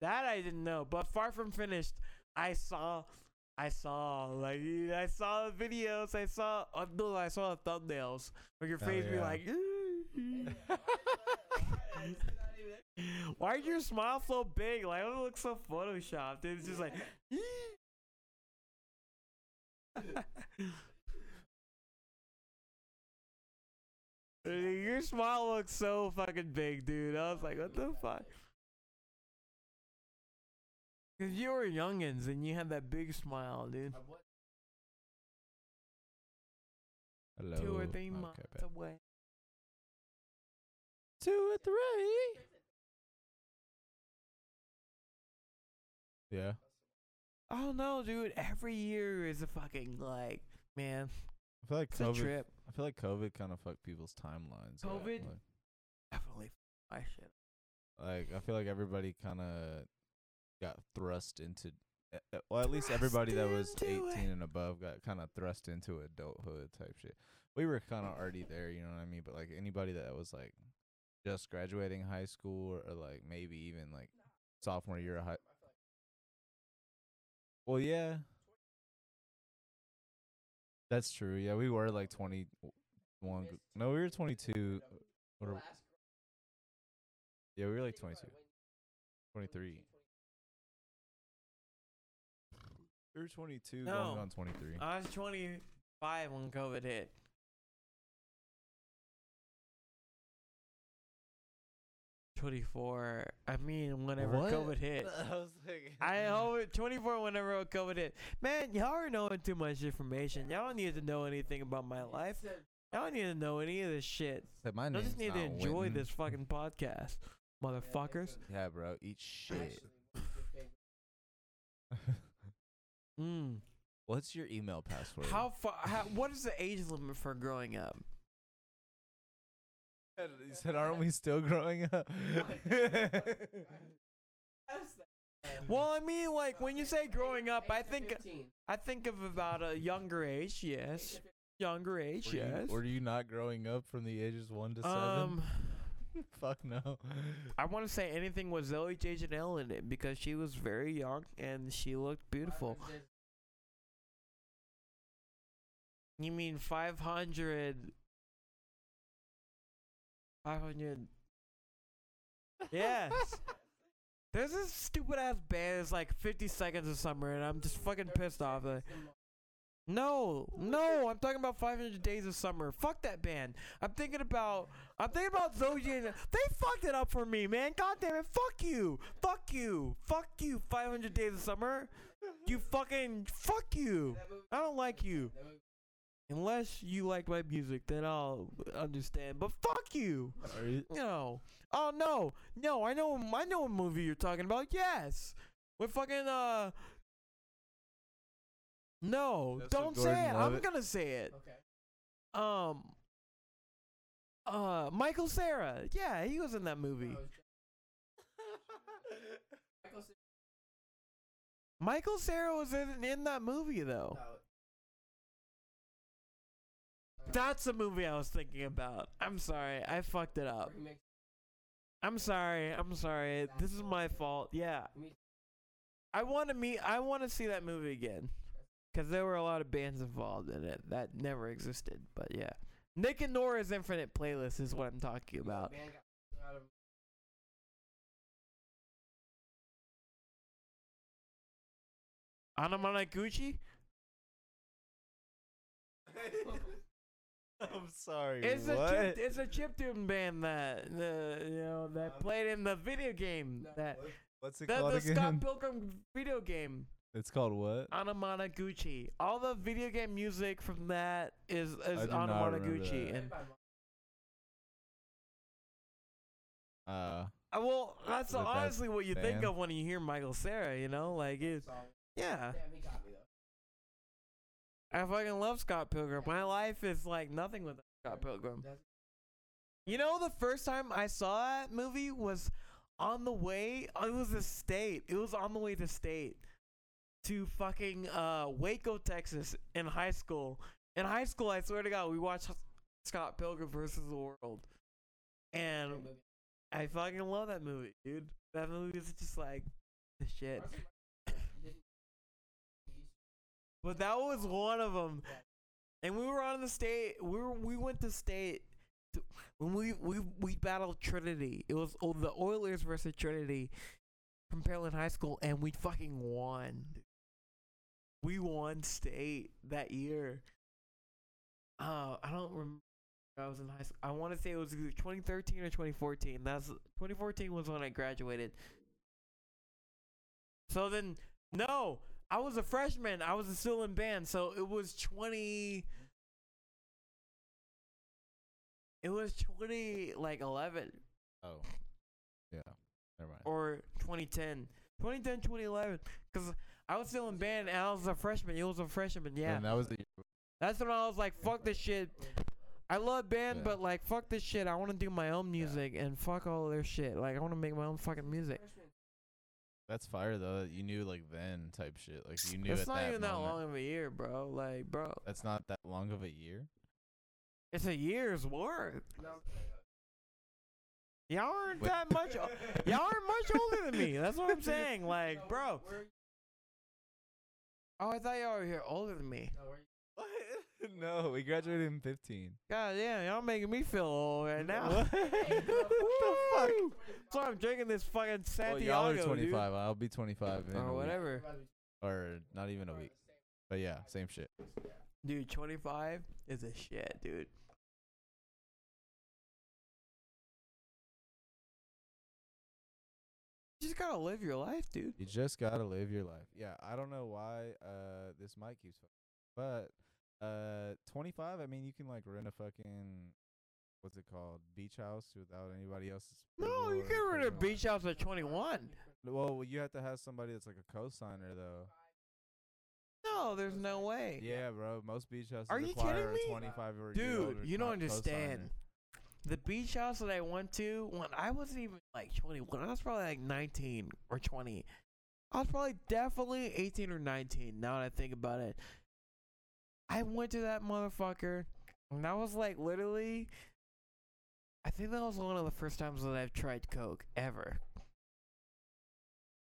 S5: That I didn't know, but far from finished. I saw, I saw, like I saw the videos. I saw, uh, no, I saw the thumbnails. Where your
S4: Oh,
S5: face be
S4: yeah.
S5: like, why did your smile so big? Like, it looks so photoshopped. dude. It's just like, your smile looks so fucking big, dude. I was like, what the fuck. Cause you were youngins and you had that big smile, dude.
S4: Hello.
S5: Two or
S4: Okay,
S5: three months
S4: bet.
S5: away.
S4: Two or three. Yeah.
S5: Oh no, dude! Every year is a fucking like, man,
S4: I feel like
S5: it's a
S4: COVID.
S5: trip.
S4: I feel like COVID kind of fucked people's timelines. up.
S5: COVID? Definitely, I should.
S4: Like, like I feel like everybody kind of got thrust into. eh, eh, Well, at least
S5: Thrust
S4: everybody that was
S5: into
S4: 18 and above got kind of thrust into adulthood type shit. We were kind of already there, you know what I mean? But like anybody that was like just graduating high school or, or like maybe even like sophomore year of high. Well, yeah. That's true. Yeah, we were like 21. g- No, we were 22. What are- yeah, we were like 22. 23. We were 22
S5: No.
S4: going on 23.
S5: I was 25 when COVID hit. Twenty-four. I mean, whenever
S4: What?
S5: COVID hit,
S4: I was like,
S5: I hope 24 whenever COVID hit. Man, y'all are knowing too much information. Y'all don't need to know anything about my life. Y'all don't need to know any of this shit.
S4: Said, my
S5: Y'all
S4: name's
S5: just need to
S4: not
S5: enjoy
S4: Winton.
S5: this fucking podcast, motherfuckers.
S4: Yeah, bro. Eat shit.
S5: Mm.
S4: What's your email password?
S5: How far? How, what is the age limit for growing up?
S4: He said, aren't we still growing up?
S5: Well, I mean, like when you say growing up, I think I think of about a younger age. Yes, younger age.
S4: Were you,
S5: Yes.
S4: were you not growing up from the ages one to
S5: Um,
S4: seven? Fuck no.
S5: I want to say anything with Zoe J. Janelle in it because she was very young and she looked beautiful. You mean 500? 500. Yes. There's this stupid ass band. It's like 50 seconds of summer, and I'm just fucking pissed off. Like, no, no, I'm talking about 500 days of summer. Fuck that band. I'm thinking about, I'm thinking about Zoe. Jan- They fucked it up for me, man. God damn it. Fuck you. Fuck you. Fuck you. 500 days of summer. You fucking fuck you. I don't like you. Unless you like my music, then I'll understand. But fuck you.
S4: Are you,
S5: No. Oh no. No, I know I know what movie you're talking about. Yes. With fucking uh No,
S4: That's with
S5: don't say
S4: Gordon
S5: it. I'm
S4: Levitt?
S5: gonna say it. Okay. Um uh Michael Sarah. Yeah, he was in that movie.
S3: Oh,
S5: Michael Sarah was in, in that movie though. That's the movie I was thinking about. I'm sorry. I fucked it up. I'm sorry. I'm sorry. This is my fault. Yeah. I want to meet I want to see that movie again. Cuz there were a lot of bands involved in it that never existed, but yeah. Nick and Nora's Infinite Playlist is what I'm talking about. Anamanaguchi?
S4: I'm sorry.
S5: It's
S4: what?
S5: a chip, it's a chiptune band that the you know that played in the video game that
S4: What's it
S5: the,
S4: called
S5: the
S4: again?
S5: Scott Pilgrim video game
S4: it's called what?
S5: Anamanaguchi. All the video game music from that is is
S4: do not remember
S5: Anamanaguchi
S4: that.
S5: and
S4: Uh,
S5: uh, well that's
S4: With that
S5: honestly what you think
S4: band?
S5: of when you hear Michael Sarah, you know? Like it's yeah. I fucking love Scott Pilgrim. My life is like nothing without Scott Pilgrim. You know, the first time I saw that movie was on the way. uh, It was a state. It was on the way to state to fucking uh, Waco, Texas, in high school. In high school, I swear to God, we watched Scott Pilgrim versus the World, and I fucking love that movie, dude. That movie is just like the shit. But that was one of them. And we were on the state. We were, we went to state to- when we we we battled Trinity. It was oh, the Oilers versus Trinity from Pearland High School, and we fucking won. We won state that year. Uh, I don't remember. I was in high school. I want to say it was either 2013 or 2014. That's 2014 was when I graduated. So then, no, I was a freshman. I was still in band, so it was twenty. It was twenty like eleven
S4: oh, yeah. Never mind.
S5: or 2010, 2010, 2011. Because I was still in band and I was a freshman. It was a freshman, yeah.
S4: And that was the
S5: That's when I was like, fuck this shit. I love band,
S4: Yeah.
S5: but like, fuck this shit. I want to do my own music and fuck all their shit. Like, I want to make my own fucking music.
S4: That's fire though. that You knew like then type shit. Like you knew
S5: It's
S4: at
S5: not
S4: that
S5: even that
S4: moment.
S5: long of a year, bro. Like, bro,
S4: That's not that long of a year.
S5: it's a year's worth. Y'all aren't that much. o- Y'all aren't much older than me. That's what I'm saying. Like, bro. Oh, I thought y'all were here older than me.
S4: What? no, we graduated in fifteen.
S5: God damn, y'all making me feel old right now.
S4: What?
S5: fuck? So I'm drinking this fucking
S4: Well,
S5: Santiago,
S4: Oh, y'all are Oh,
S5: dude.
S4: 25. I'll be 25 in a
S5: or
S4: week,
S5: whatever.
S4: or not even a week. But yeah, same shit.
S5: Dude, 25 is a shit, dude. You just gotta live your life, dude.
S4: You just gotta live your life. Yeah, I don't know why uh this mic keeps, fucking, but uh 25. I mean, you can like rent a fucking what's it called beach house without anybody else's.
S5: No,
S4: approval
S5: you
S4: or
S5: can rent a
S4: approval.
S5: beach house at 21.
S4: Well, you have to have somebody that's like a cosigner though.
S5: No, there's no way.
S4: Yeah, bro. Most beach houses
S5: Are you
S4: require
S5: kidding me?
S4: a 25 or year
S5: Dude,
S4: older
S5: you don't
S4: co-
S5: understand.
S4: cosigner.
S5: The beach house that I went to when I wasn't even like 21, I was probably like 19 or 20. I was probably definitely 18 or 19 now that I think about it. I went to that motherfucker and that was like literally, I think that was one of the first times that I've tried Coke ever.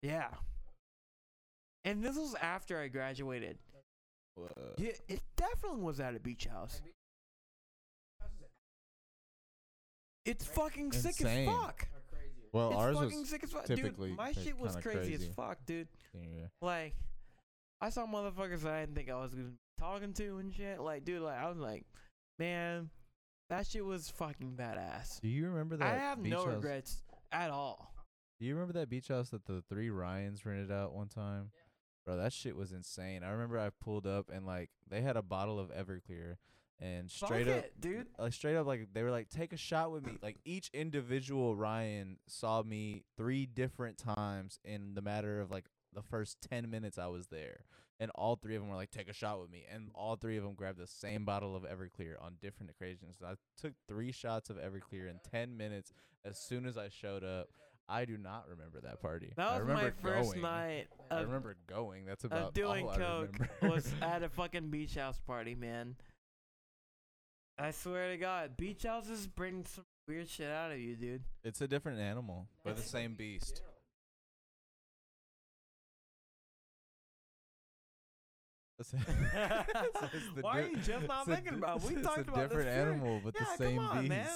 S5: Yeah. And this was after I graduated. Yeah, it definitely was at a beach house. It's fucking sick as
S4: Insane.
S5: fuck.
S4: Well,
S5: it's
S4: ours
S5: fucking
S4: was
S5: sick as fuck,
S4: typically
S5: dude. My
S4: ki-
S5: shit was
S4: kinda
S5: crazy, as
S4: crazy.
S5: fuck, dude.
S4: yeah.
S5: Like, I saw motherfuckers that I didn't think I was gonna be talking to and shit. Like, dude, like I was like, man, that shit was fucking badass.
S4: Do you remember that?
S5: I have
S4: beach
S5: no
S4: house?
S5: regrets at all.
S4: Do you remember that beach house that the three Ryans rented out one time? Bro, that shit was insane. I remember I pulled up and like they had a bottle of Everclear and
S5: Fuck
S4: straight up
S5: it, dude.
S4: like straight up like they were like take a shot with me. Like each individual Ryan saw me 3 different times in the matter of like the first 10 minutes I was there. And all three of them were like take a shot with me and all three of them grabbed the same bottle of Everclear on different occasions. I took 3 shots of Everclear in 10 minutes as soon as I showed up. I do not remember that party.
S5: That
S4: I
S5: was
S4: remember
S5: my first
S4: going.
S5: night
S4: I
S5: of
S4: remember going. That's
S5: of
S4: about
S5: Uh, doing
S4: all I
S5: coke
S4: remember.
S5: was at a fucking beach house party, man. I swear to God, beach houses bring some weird shit out of you, dude.
S4: It's a different animal, but the
S5: That's-
S4: same beast. It's, it's the
S5: Why are
S4: di-
S5: you just not
S4: it's a
S5: thinking
S4: di-
S5: about it? We
S4: it's
S5: talked
S4: a
S5: about this
S4: different
S5: theory.
S4: animal, but
S5: Yeah,
S4: the same
S5: come on,
S4: beast.
S5: man.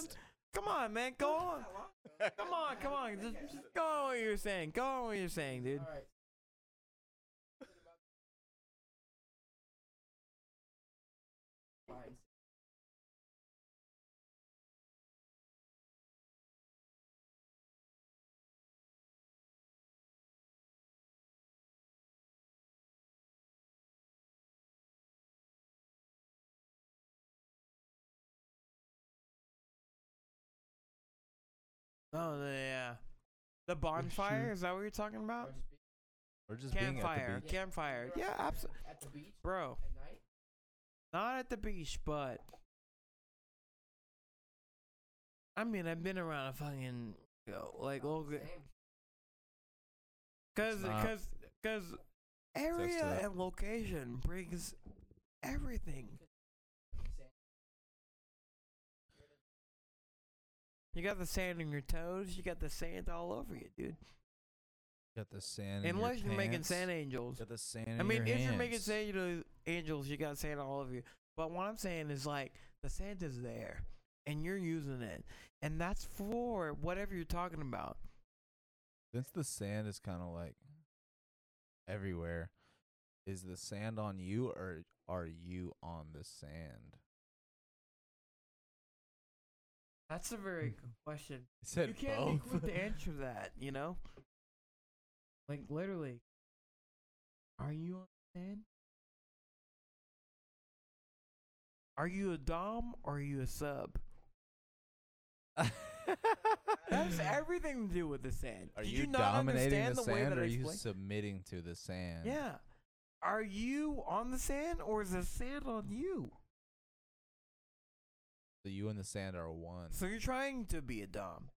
S5: Come on, man. Go on. Come on, come on. Just, just go on what you're saying. Go on what you're saying, dude. Oh no, yeah. The bonfire? Is that what you're talking about?
S4: We're just being at the
S5: Campfire.
S4: beach.
S5: Campfire. Yeah, absolutely.
S8: At the beach
S5: Bro,
S8: at night?
S5: not at the beach, but I mean, I've been around a fucking you know, like
S8: Oh,
S5: local, cause,
S4: not-
S5: cause, cause area
S4: that.
S5: and location brings everything. You got the sand in your toes. You got the sand all over you, dude.
S4: Got the sand. in your
S5: Unless you're making
S4: pants.
S5: sand angels.
S4: Got the sand.
S5: I
S4: in
S5: mean,
S4: your
S5: if you're making
S4: hands.
S5: sand angel- angels, you got sand all over you. But what I'm saying is like the sand is there, and you're using it, and that's for whatever you're talking about.
S4: since the sand is kind of like everywhere, is the sand on you or are you on the sand?
S5: That's a very good question.
S4: It said
S5: you can't be quick to answer that, you know? Like literally. Are you on the sand? Are you a Dom or are you a sub? That has everything to do with the sand.
S4: Are
S5: Did
S4: you,
S5: not
S4: dominating
S5: understand
S4: the
S5: way
S4: sand
S5: that
S4: or
S5: I
S4: are you
S5: explained-
S4: submitting to the sand?
S5: Yeah. Are you on the sand or is the sand on
S4: Mm.
S5: you?
S4: So you and the sand are one.
S5: So you're trying to be a Dom.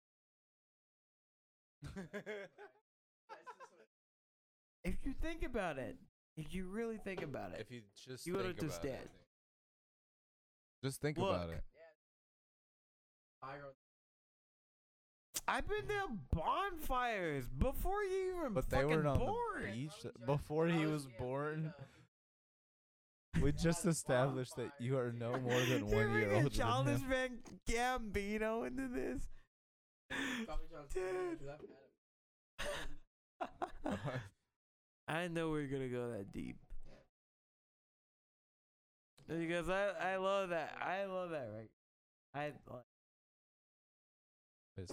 S5: If you think about it, if you really think about it,
S4: if you just
S5: You
S4: think
S5: would've just
S4: about it.
S5: dead.
S4: Just think about
S5: Look.
S4: it.
S5: I've been to bonfires before you even
S4: But they
S5: fucking
S4: were on
S5: born.
S4: the beach before
S3: Oh,
S4: he was born. We just established that you are no more than
S5: You're
S4: one year
S5: bringing
S4: older than
S5: Childish
S4: him.
S5: Van Gambino into this, dude. I didn't know we were gonna go that deep. Because I I love that I love that right. I like-
S4: Piss.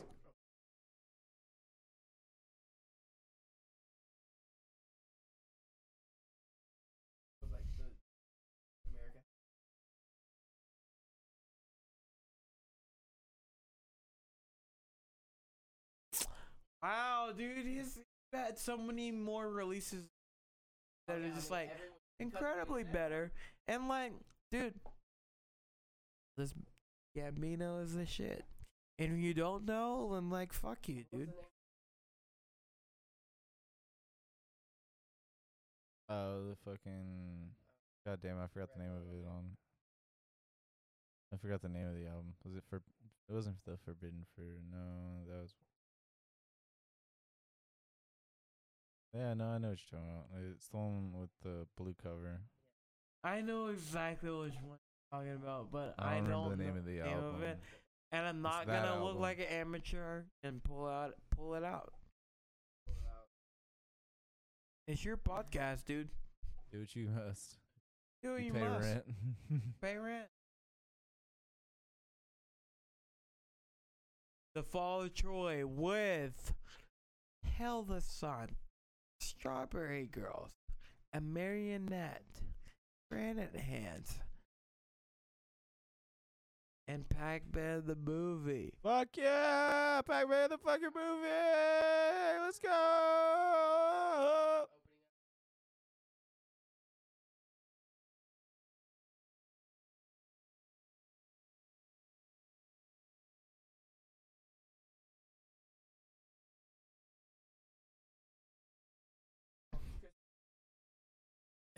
S5: wow, dude, he's had so many more releases that are just like incredibly better. And like, dude, this Gambino is the shit. And if you don't know, then like, fuck you, dude.
S4: Oh, the fucking God damn! I forgot the name of it on. I forgot the name of the album. Was it for? It wasn't the Forbidden Fruit. No, that was. Yeah, no, I know what you're talking about. It's the one with the blue cover.
S5: I know exactly which one you're talking about, but
S4: I
S5: I
S4: don't
S5: don't,
S4: remember the name
S5: know
S4: of the
S5: of it.
S4: album.
S5: And I'm not
S4: that
S5: gonna
S4: album.
S5: look like an amateur and pull out pull it out. It's your podcast, dude.
S4: Do what you must.
S5: Do what
S4: You
S5: you
S4: pay
S5: must.
S4: rent.
S5: Pay rent. The Fall of Troy with Hell the Sun, Strawberry Girls, a Marionette, Granite Hands, and Pac-Man the movie.
S4: Fuck yeah! Pac-Man the fucking movie! Let's go!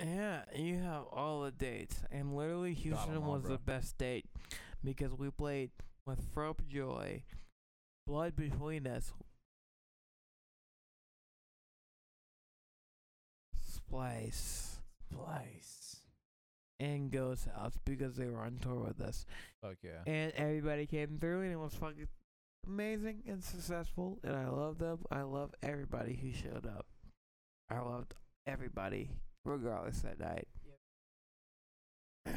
S5: Yeah, you have all the dates, and literally Houston
S4: them all,
S5: was
S4: bro.
S5: the best date because we played with Frope Joy, Blood Between Us, Splice, Splice, and Ghost House because they were on tour with us.
S4: Fuck yeah.
S5: And everybody came through, and it was fucking amazing and successful. And I love them. I love everybody who showed up. I loved everybody, regardless that night.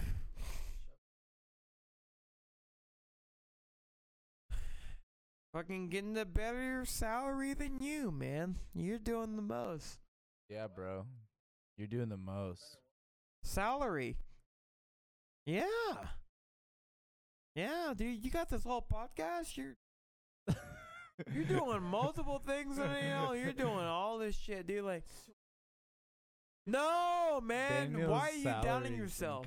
S5: Fucking getting a better salary than you, man. You're doing the most.
S4: Yeah, bro. You're doing the most.
S5: Salary. Yeah. Yeah, dude, you got this whole podcast. You're you're doing multiple things and you know, you're doing all this shit, dude. Like No man, why are
S4: Daniel's
S5: you downing
S4: salary's
S5: yourself?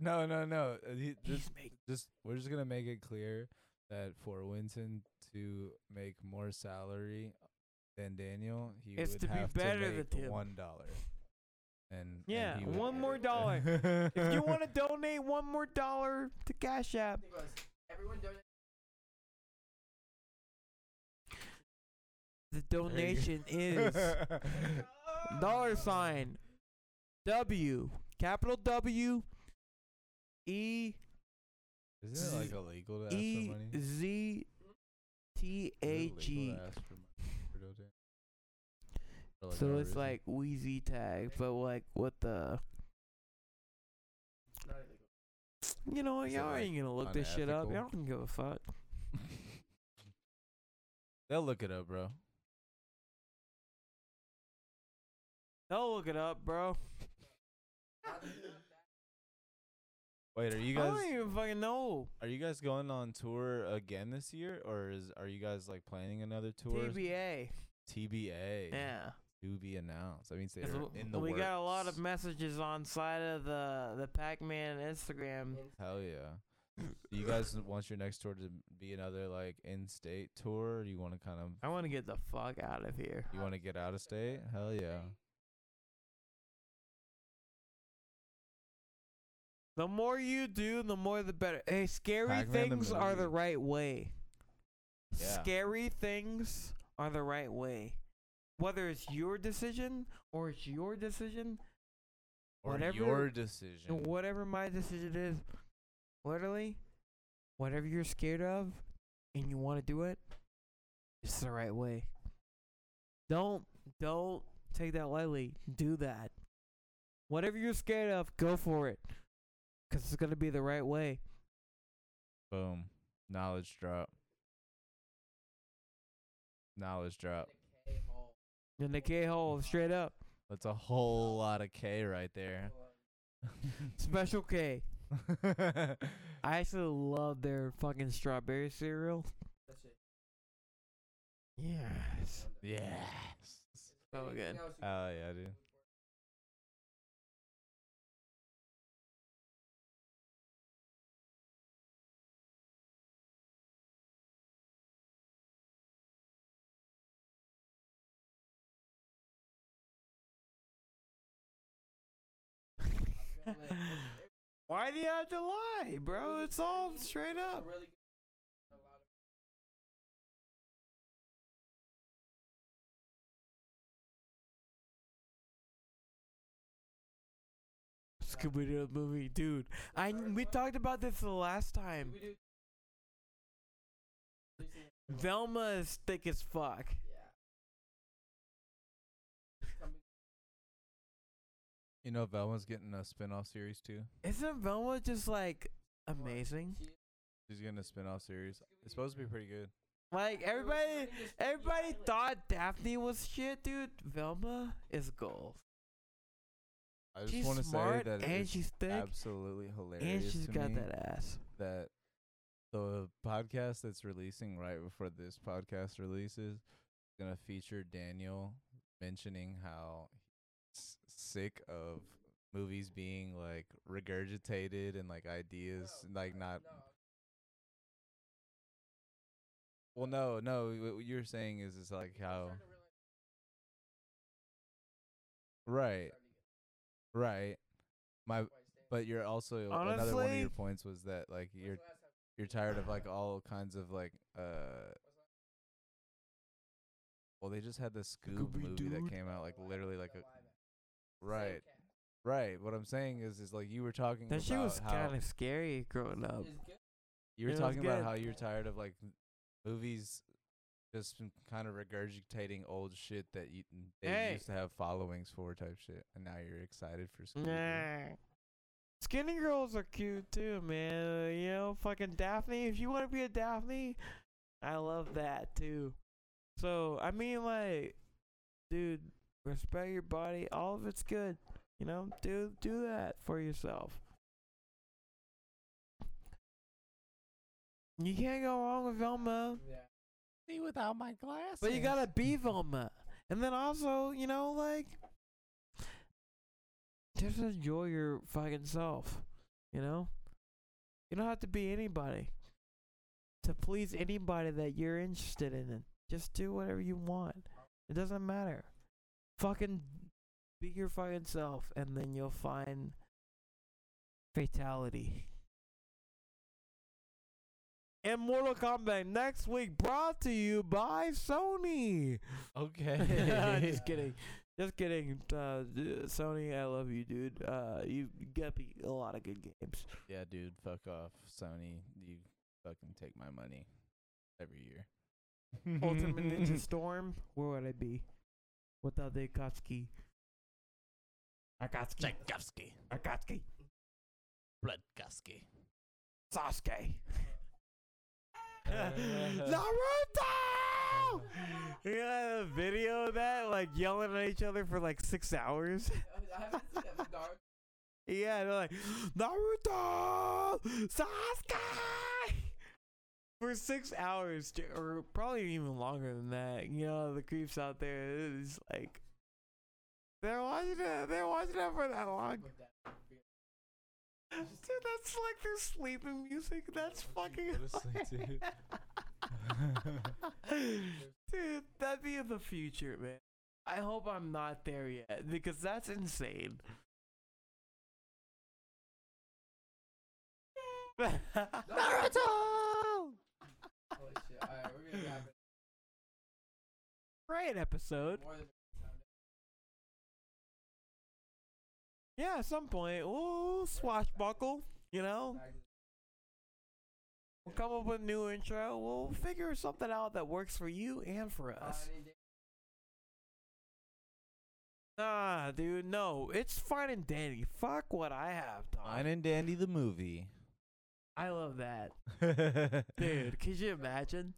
S4: No, no, no. Uh, he-
S5: He's
S4: Just,
S5: making
S4: just we're just gonna make it clear that for Winston to make more salary than Daniel, he
S5: It's
S4: would
S5: to be
S4: have
S5: better
S4: to
S5: than
S4: make
S5: Tim.
S4: one dollar. And and
S5: Yeah,
S4: he would-
S5: one more dollar. if you wanna donate one more dollar to Cash App, the donation is dollar sign W capital W E
S4: Isn't it like illegal to ask
S5: E
S4: for money? Is
S5: Z T
S4: it
S5: A
S4: illegal to
S5: G.
S4: ask for money for donating? For, no
S5: So it's
S4: reason?
S5: like Wheezy tag, but like what the. You know, what,
S4: Is it,
S5: y'all
S4: like,
S5: ain't gonna look this shit up.
S4: unethical?
S5: Y'all don't give a fuck.
S4: they'll look it up, bro.
S5: They'll look it up, bro.
S4: Wait, are you
S5: I
S4: guys
S5: don't even fucking know.
S4: are you guys going on tour again this year, or is are you guys like planning another tour?
S5: TBA.
S4: TBA.
S5: Yeah.
S4: To be announced. I mean, they're
S5: It's w-
S4: in the
S5: we got a lot of
S4: works.
S5: messages on side of the the Pac-Man Instagram.
S4: Hell yeah. Do you guys want your next tour to be another like in-state tour? Or do you want to kind of
S5: I want to get the fuck out of here.
S4: you want to get out of state? Hell yeah.
S5: The more you do, the more the better. Hey, scary
S4: Pac-Man the
S5: things are the
S4: movie.
S5: right way.
S4: Yeah.
S5: Scary things are the right way. Whether it's your decision or it's your decision,
S4: Or
S5: Whatever-
S4: your decision.
S5: and whatever my decision is, literally, whatever you're scared of and you want to do it, it's the right way. Don't don't take that lightly. Do that. Whatever you're scared of, go for it. Cause it's gonna be the right way.
S4: Boom. Knowledge drop. Knowledge drop.
S5: In the K hole, straight up.
S4: That's a whole lot of K right there.
S5: Special K. I actually love their fucking strawberry cereal. Yes.
S4: yes. Oh,
S5: So good.
S4: Hell yeah, dude.
S5: Why do you have to lie, bro? It's all straight up. Scooby Doo movie, dude. I we talked about this the last time. Velma is thick as fuck.
S4: You know Velma's getting a spin-off series too.
S5: Isn't Velma just like amazing?
S4: She's getting a spin-off series. It's supposed to be pretty good.
S5: Like everybody, everybody thought Daphne was shit, dude. Velma is gold.
S4: I just
S5: She's
S4: want to say
S5: smart
S4: that
S5: and
S4: it's
S5: she's thick
S4: absolutely hilarious
S5: and she's
S4: to
S5: got
S4: me
S5: that ass.
S4: that the podcast that's releasing right before this podcast releases is going to feature Daniel mentioning how he's sick of movies being like regurgitated and like ideas like not Well no, no, what what you're saying is it's like how Right. Right. My But you're also another one of
S9: Honestly-
S4: your points was that like you're you're tired of like all kinds of like uh. Well, they just had the Scoob
S9: Gooby
S4: movie
S9: Doo.
S4: that came out like literally like a right, right. What I'm saying is, is like you were talking
S5: That
S4: about
S5: shit was
S4: how
S5: kind of scary growing up.
S4: you were
S5: it was
S4: talking about
S5: good.
S4: how you're tired of like m- movies just kind of regurgitating old shit that you they
S5: Hey.
S4: used to have followings for type shit, and now you're excited for Scooby.
S5: Nah. Skinny girls are cute too, man. You know, fucking Daphne. If you want to be a Daphne, I love that too. So I mean, like, dude, respect your body. All of it's good. You know, do do that for yourself. You can't go wrong with Velma.
S4: See without my glasses.
S5: But you gotta be Velma. And then also, you know, like just enjoy your fucking self. You know? You don't have to be anybody. To please anybody that you're interested in. Just do whatever you want. It doesn't matter. Fucking be your fucking self and then you'll find fatality. And Mortal Kombat next week brought to you by Sony.
S4: okay.
S5: just kidding. Just kidding. Uh, d- Sony, I love you, dude. Uh, you got me a lot of good games.
S4: Yeah, dude, fuck off, Sony. You fucking take my money every year.
S5: Ultimate Ninja Storm. Where would I be without the Akatsuki? Akatsuki.
S4: Gusky,
S5: Akatsuki.
S4: blood Gusky.
S5: Sasuke. Naruto! You got a video of that, like yelling at each other for like six hours. yeah, they're like Naruto, Sasuke for six hours, j- or probably even longer than that. You know, the creeps out there is like they're watching it. They're watching it for that long. Dude, that's like their sleeping music. That's fucking. Dude, that'd be in the future, man. I hope I'm not there yet because that's insane. Naruto! Great episode. Yeah, at some point, we'll swashbuckle, you know? We'll come up with a new intro. We'll figure something out that works for you and for us. Nah, dude, no. It's fine and dandy. Fuck what I have, Tom.
S4: Fine and Dandy the movie.
S5: I love that. Dude, could you imagine?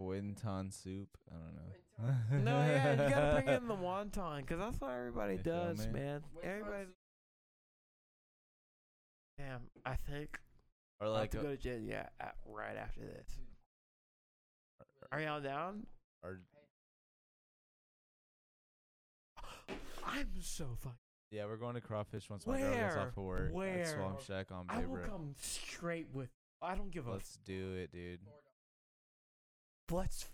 S4: Wonton soup. I don't know.
S5: No, yeah, you gotta bring in the wonton, because that's what everybody
S4: You feel
S5: does,
S4: me?
S5: man. Everybody. Damn, I think
S4: or
S5: I'll have
S4: like uh,
S5: to
S4: a,
S5: go to Jen, yeah, a- right after this. Are y'all down?
S4: or
S5: I'm so fucking.
S4: yeah, we're going to crawfish once my girl gets off of
S5: Where?
S4: work
S5: Where?
S4: at Swamp Shack on
S5: I will
S4: Baybrook.
S5: come straight with. I don't give a.
S4: Let's
S5: Let's,
S4: do it, dude.
S5: let's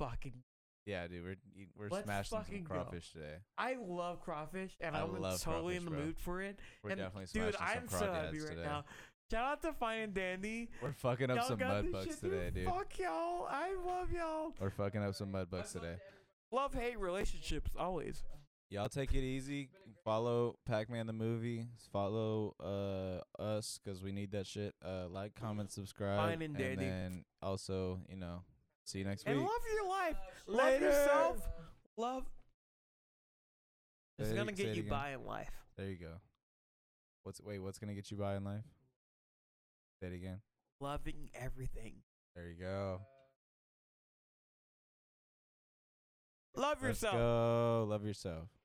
S5: fucking.
S4: Yeah, dude, we're eat- we're
S5: Let's
S4: smashing
S5: fucking
S4: some
S5: go.
S4: crawfish today.
S5: I love crawfish, and
S4: I
S5: I'm
S4: love
S5: totally in
S4: crawfish,
S5: the
S4: bro.
S5: mood for it.
S4: We're
S5: and
S4: definitely smashing
S5: dude,
S4: some
S5: I'm
S4: crawdads
S5: so happy right
S4: today.
S5: now. Shout out to Fine and Dandy.
S4: We're fucking up
S5: y'all
S4: some
S5: got
S4: mud
S5: this
S4: bugs
S5: shit,
S4: today, dude.
S5: Fuck y'all. I love y'all.
S4: We're fucking up some mud bugs today.
S5: Love hate relationships always.
S4: Y'all take it easy. Follow Pac-Man the movie. Follow uh us because we need that shit. Uh, like, comment, subscribe,
S5: Fine and dandy.
S4: then also, you know, see you next week.
S5: And love your life. Love
S4: Later.
S5: yourself. Love.
S4: Say
S5: It's
S4: it-
S5: gonna
S4: say
S5: get
S4: it
S5: you
S4: again.
S5: by in life.
S4: There you go. What's wait? What's gonna get you by in life? Say it again.
S5: Loving everything.
S4: There you go.
S5: Love
S4: Let's
S5: yourself.
S4: go. Love yourself.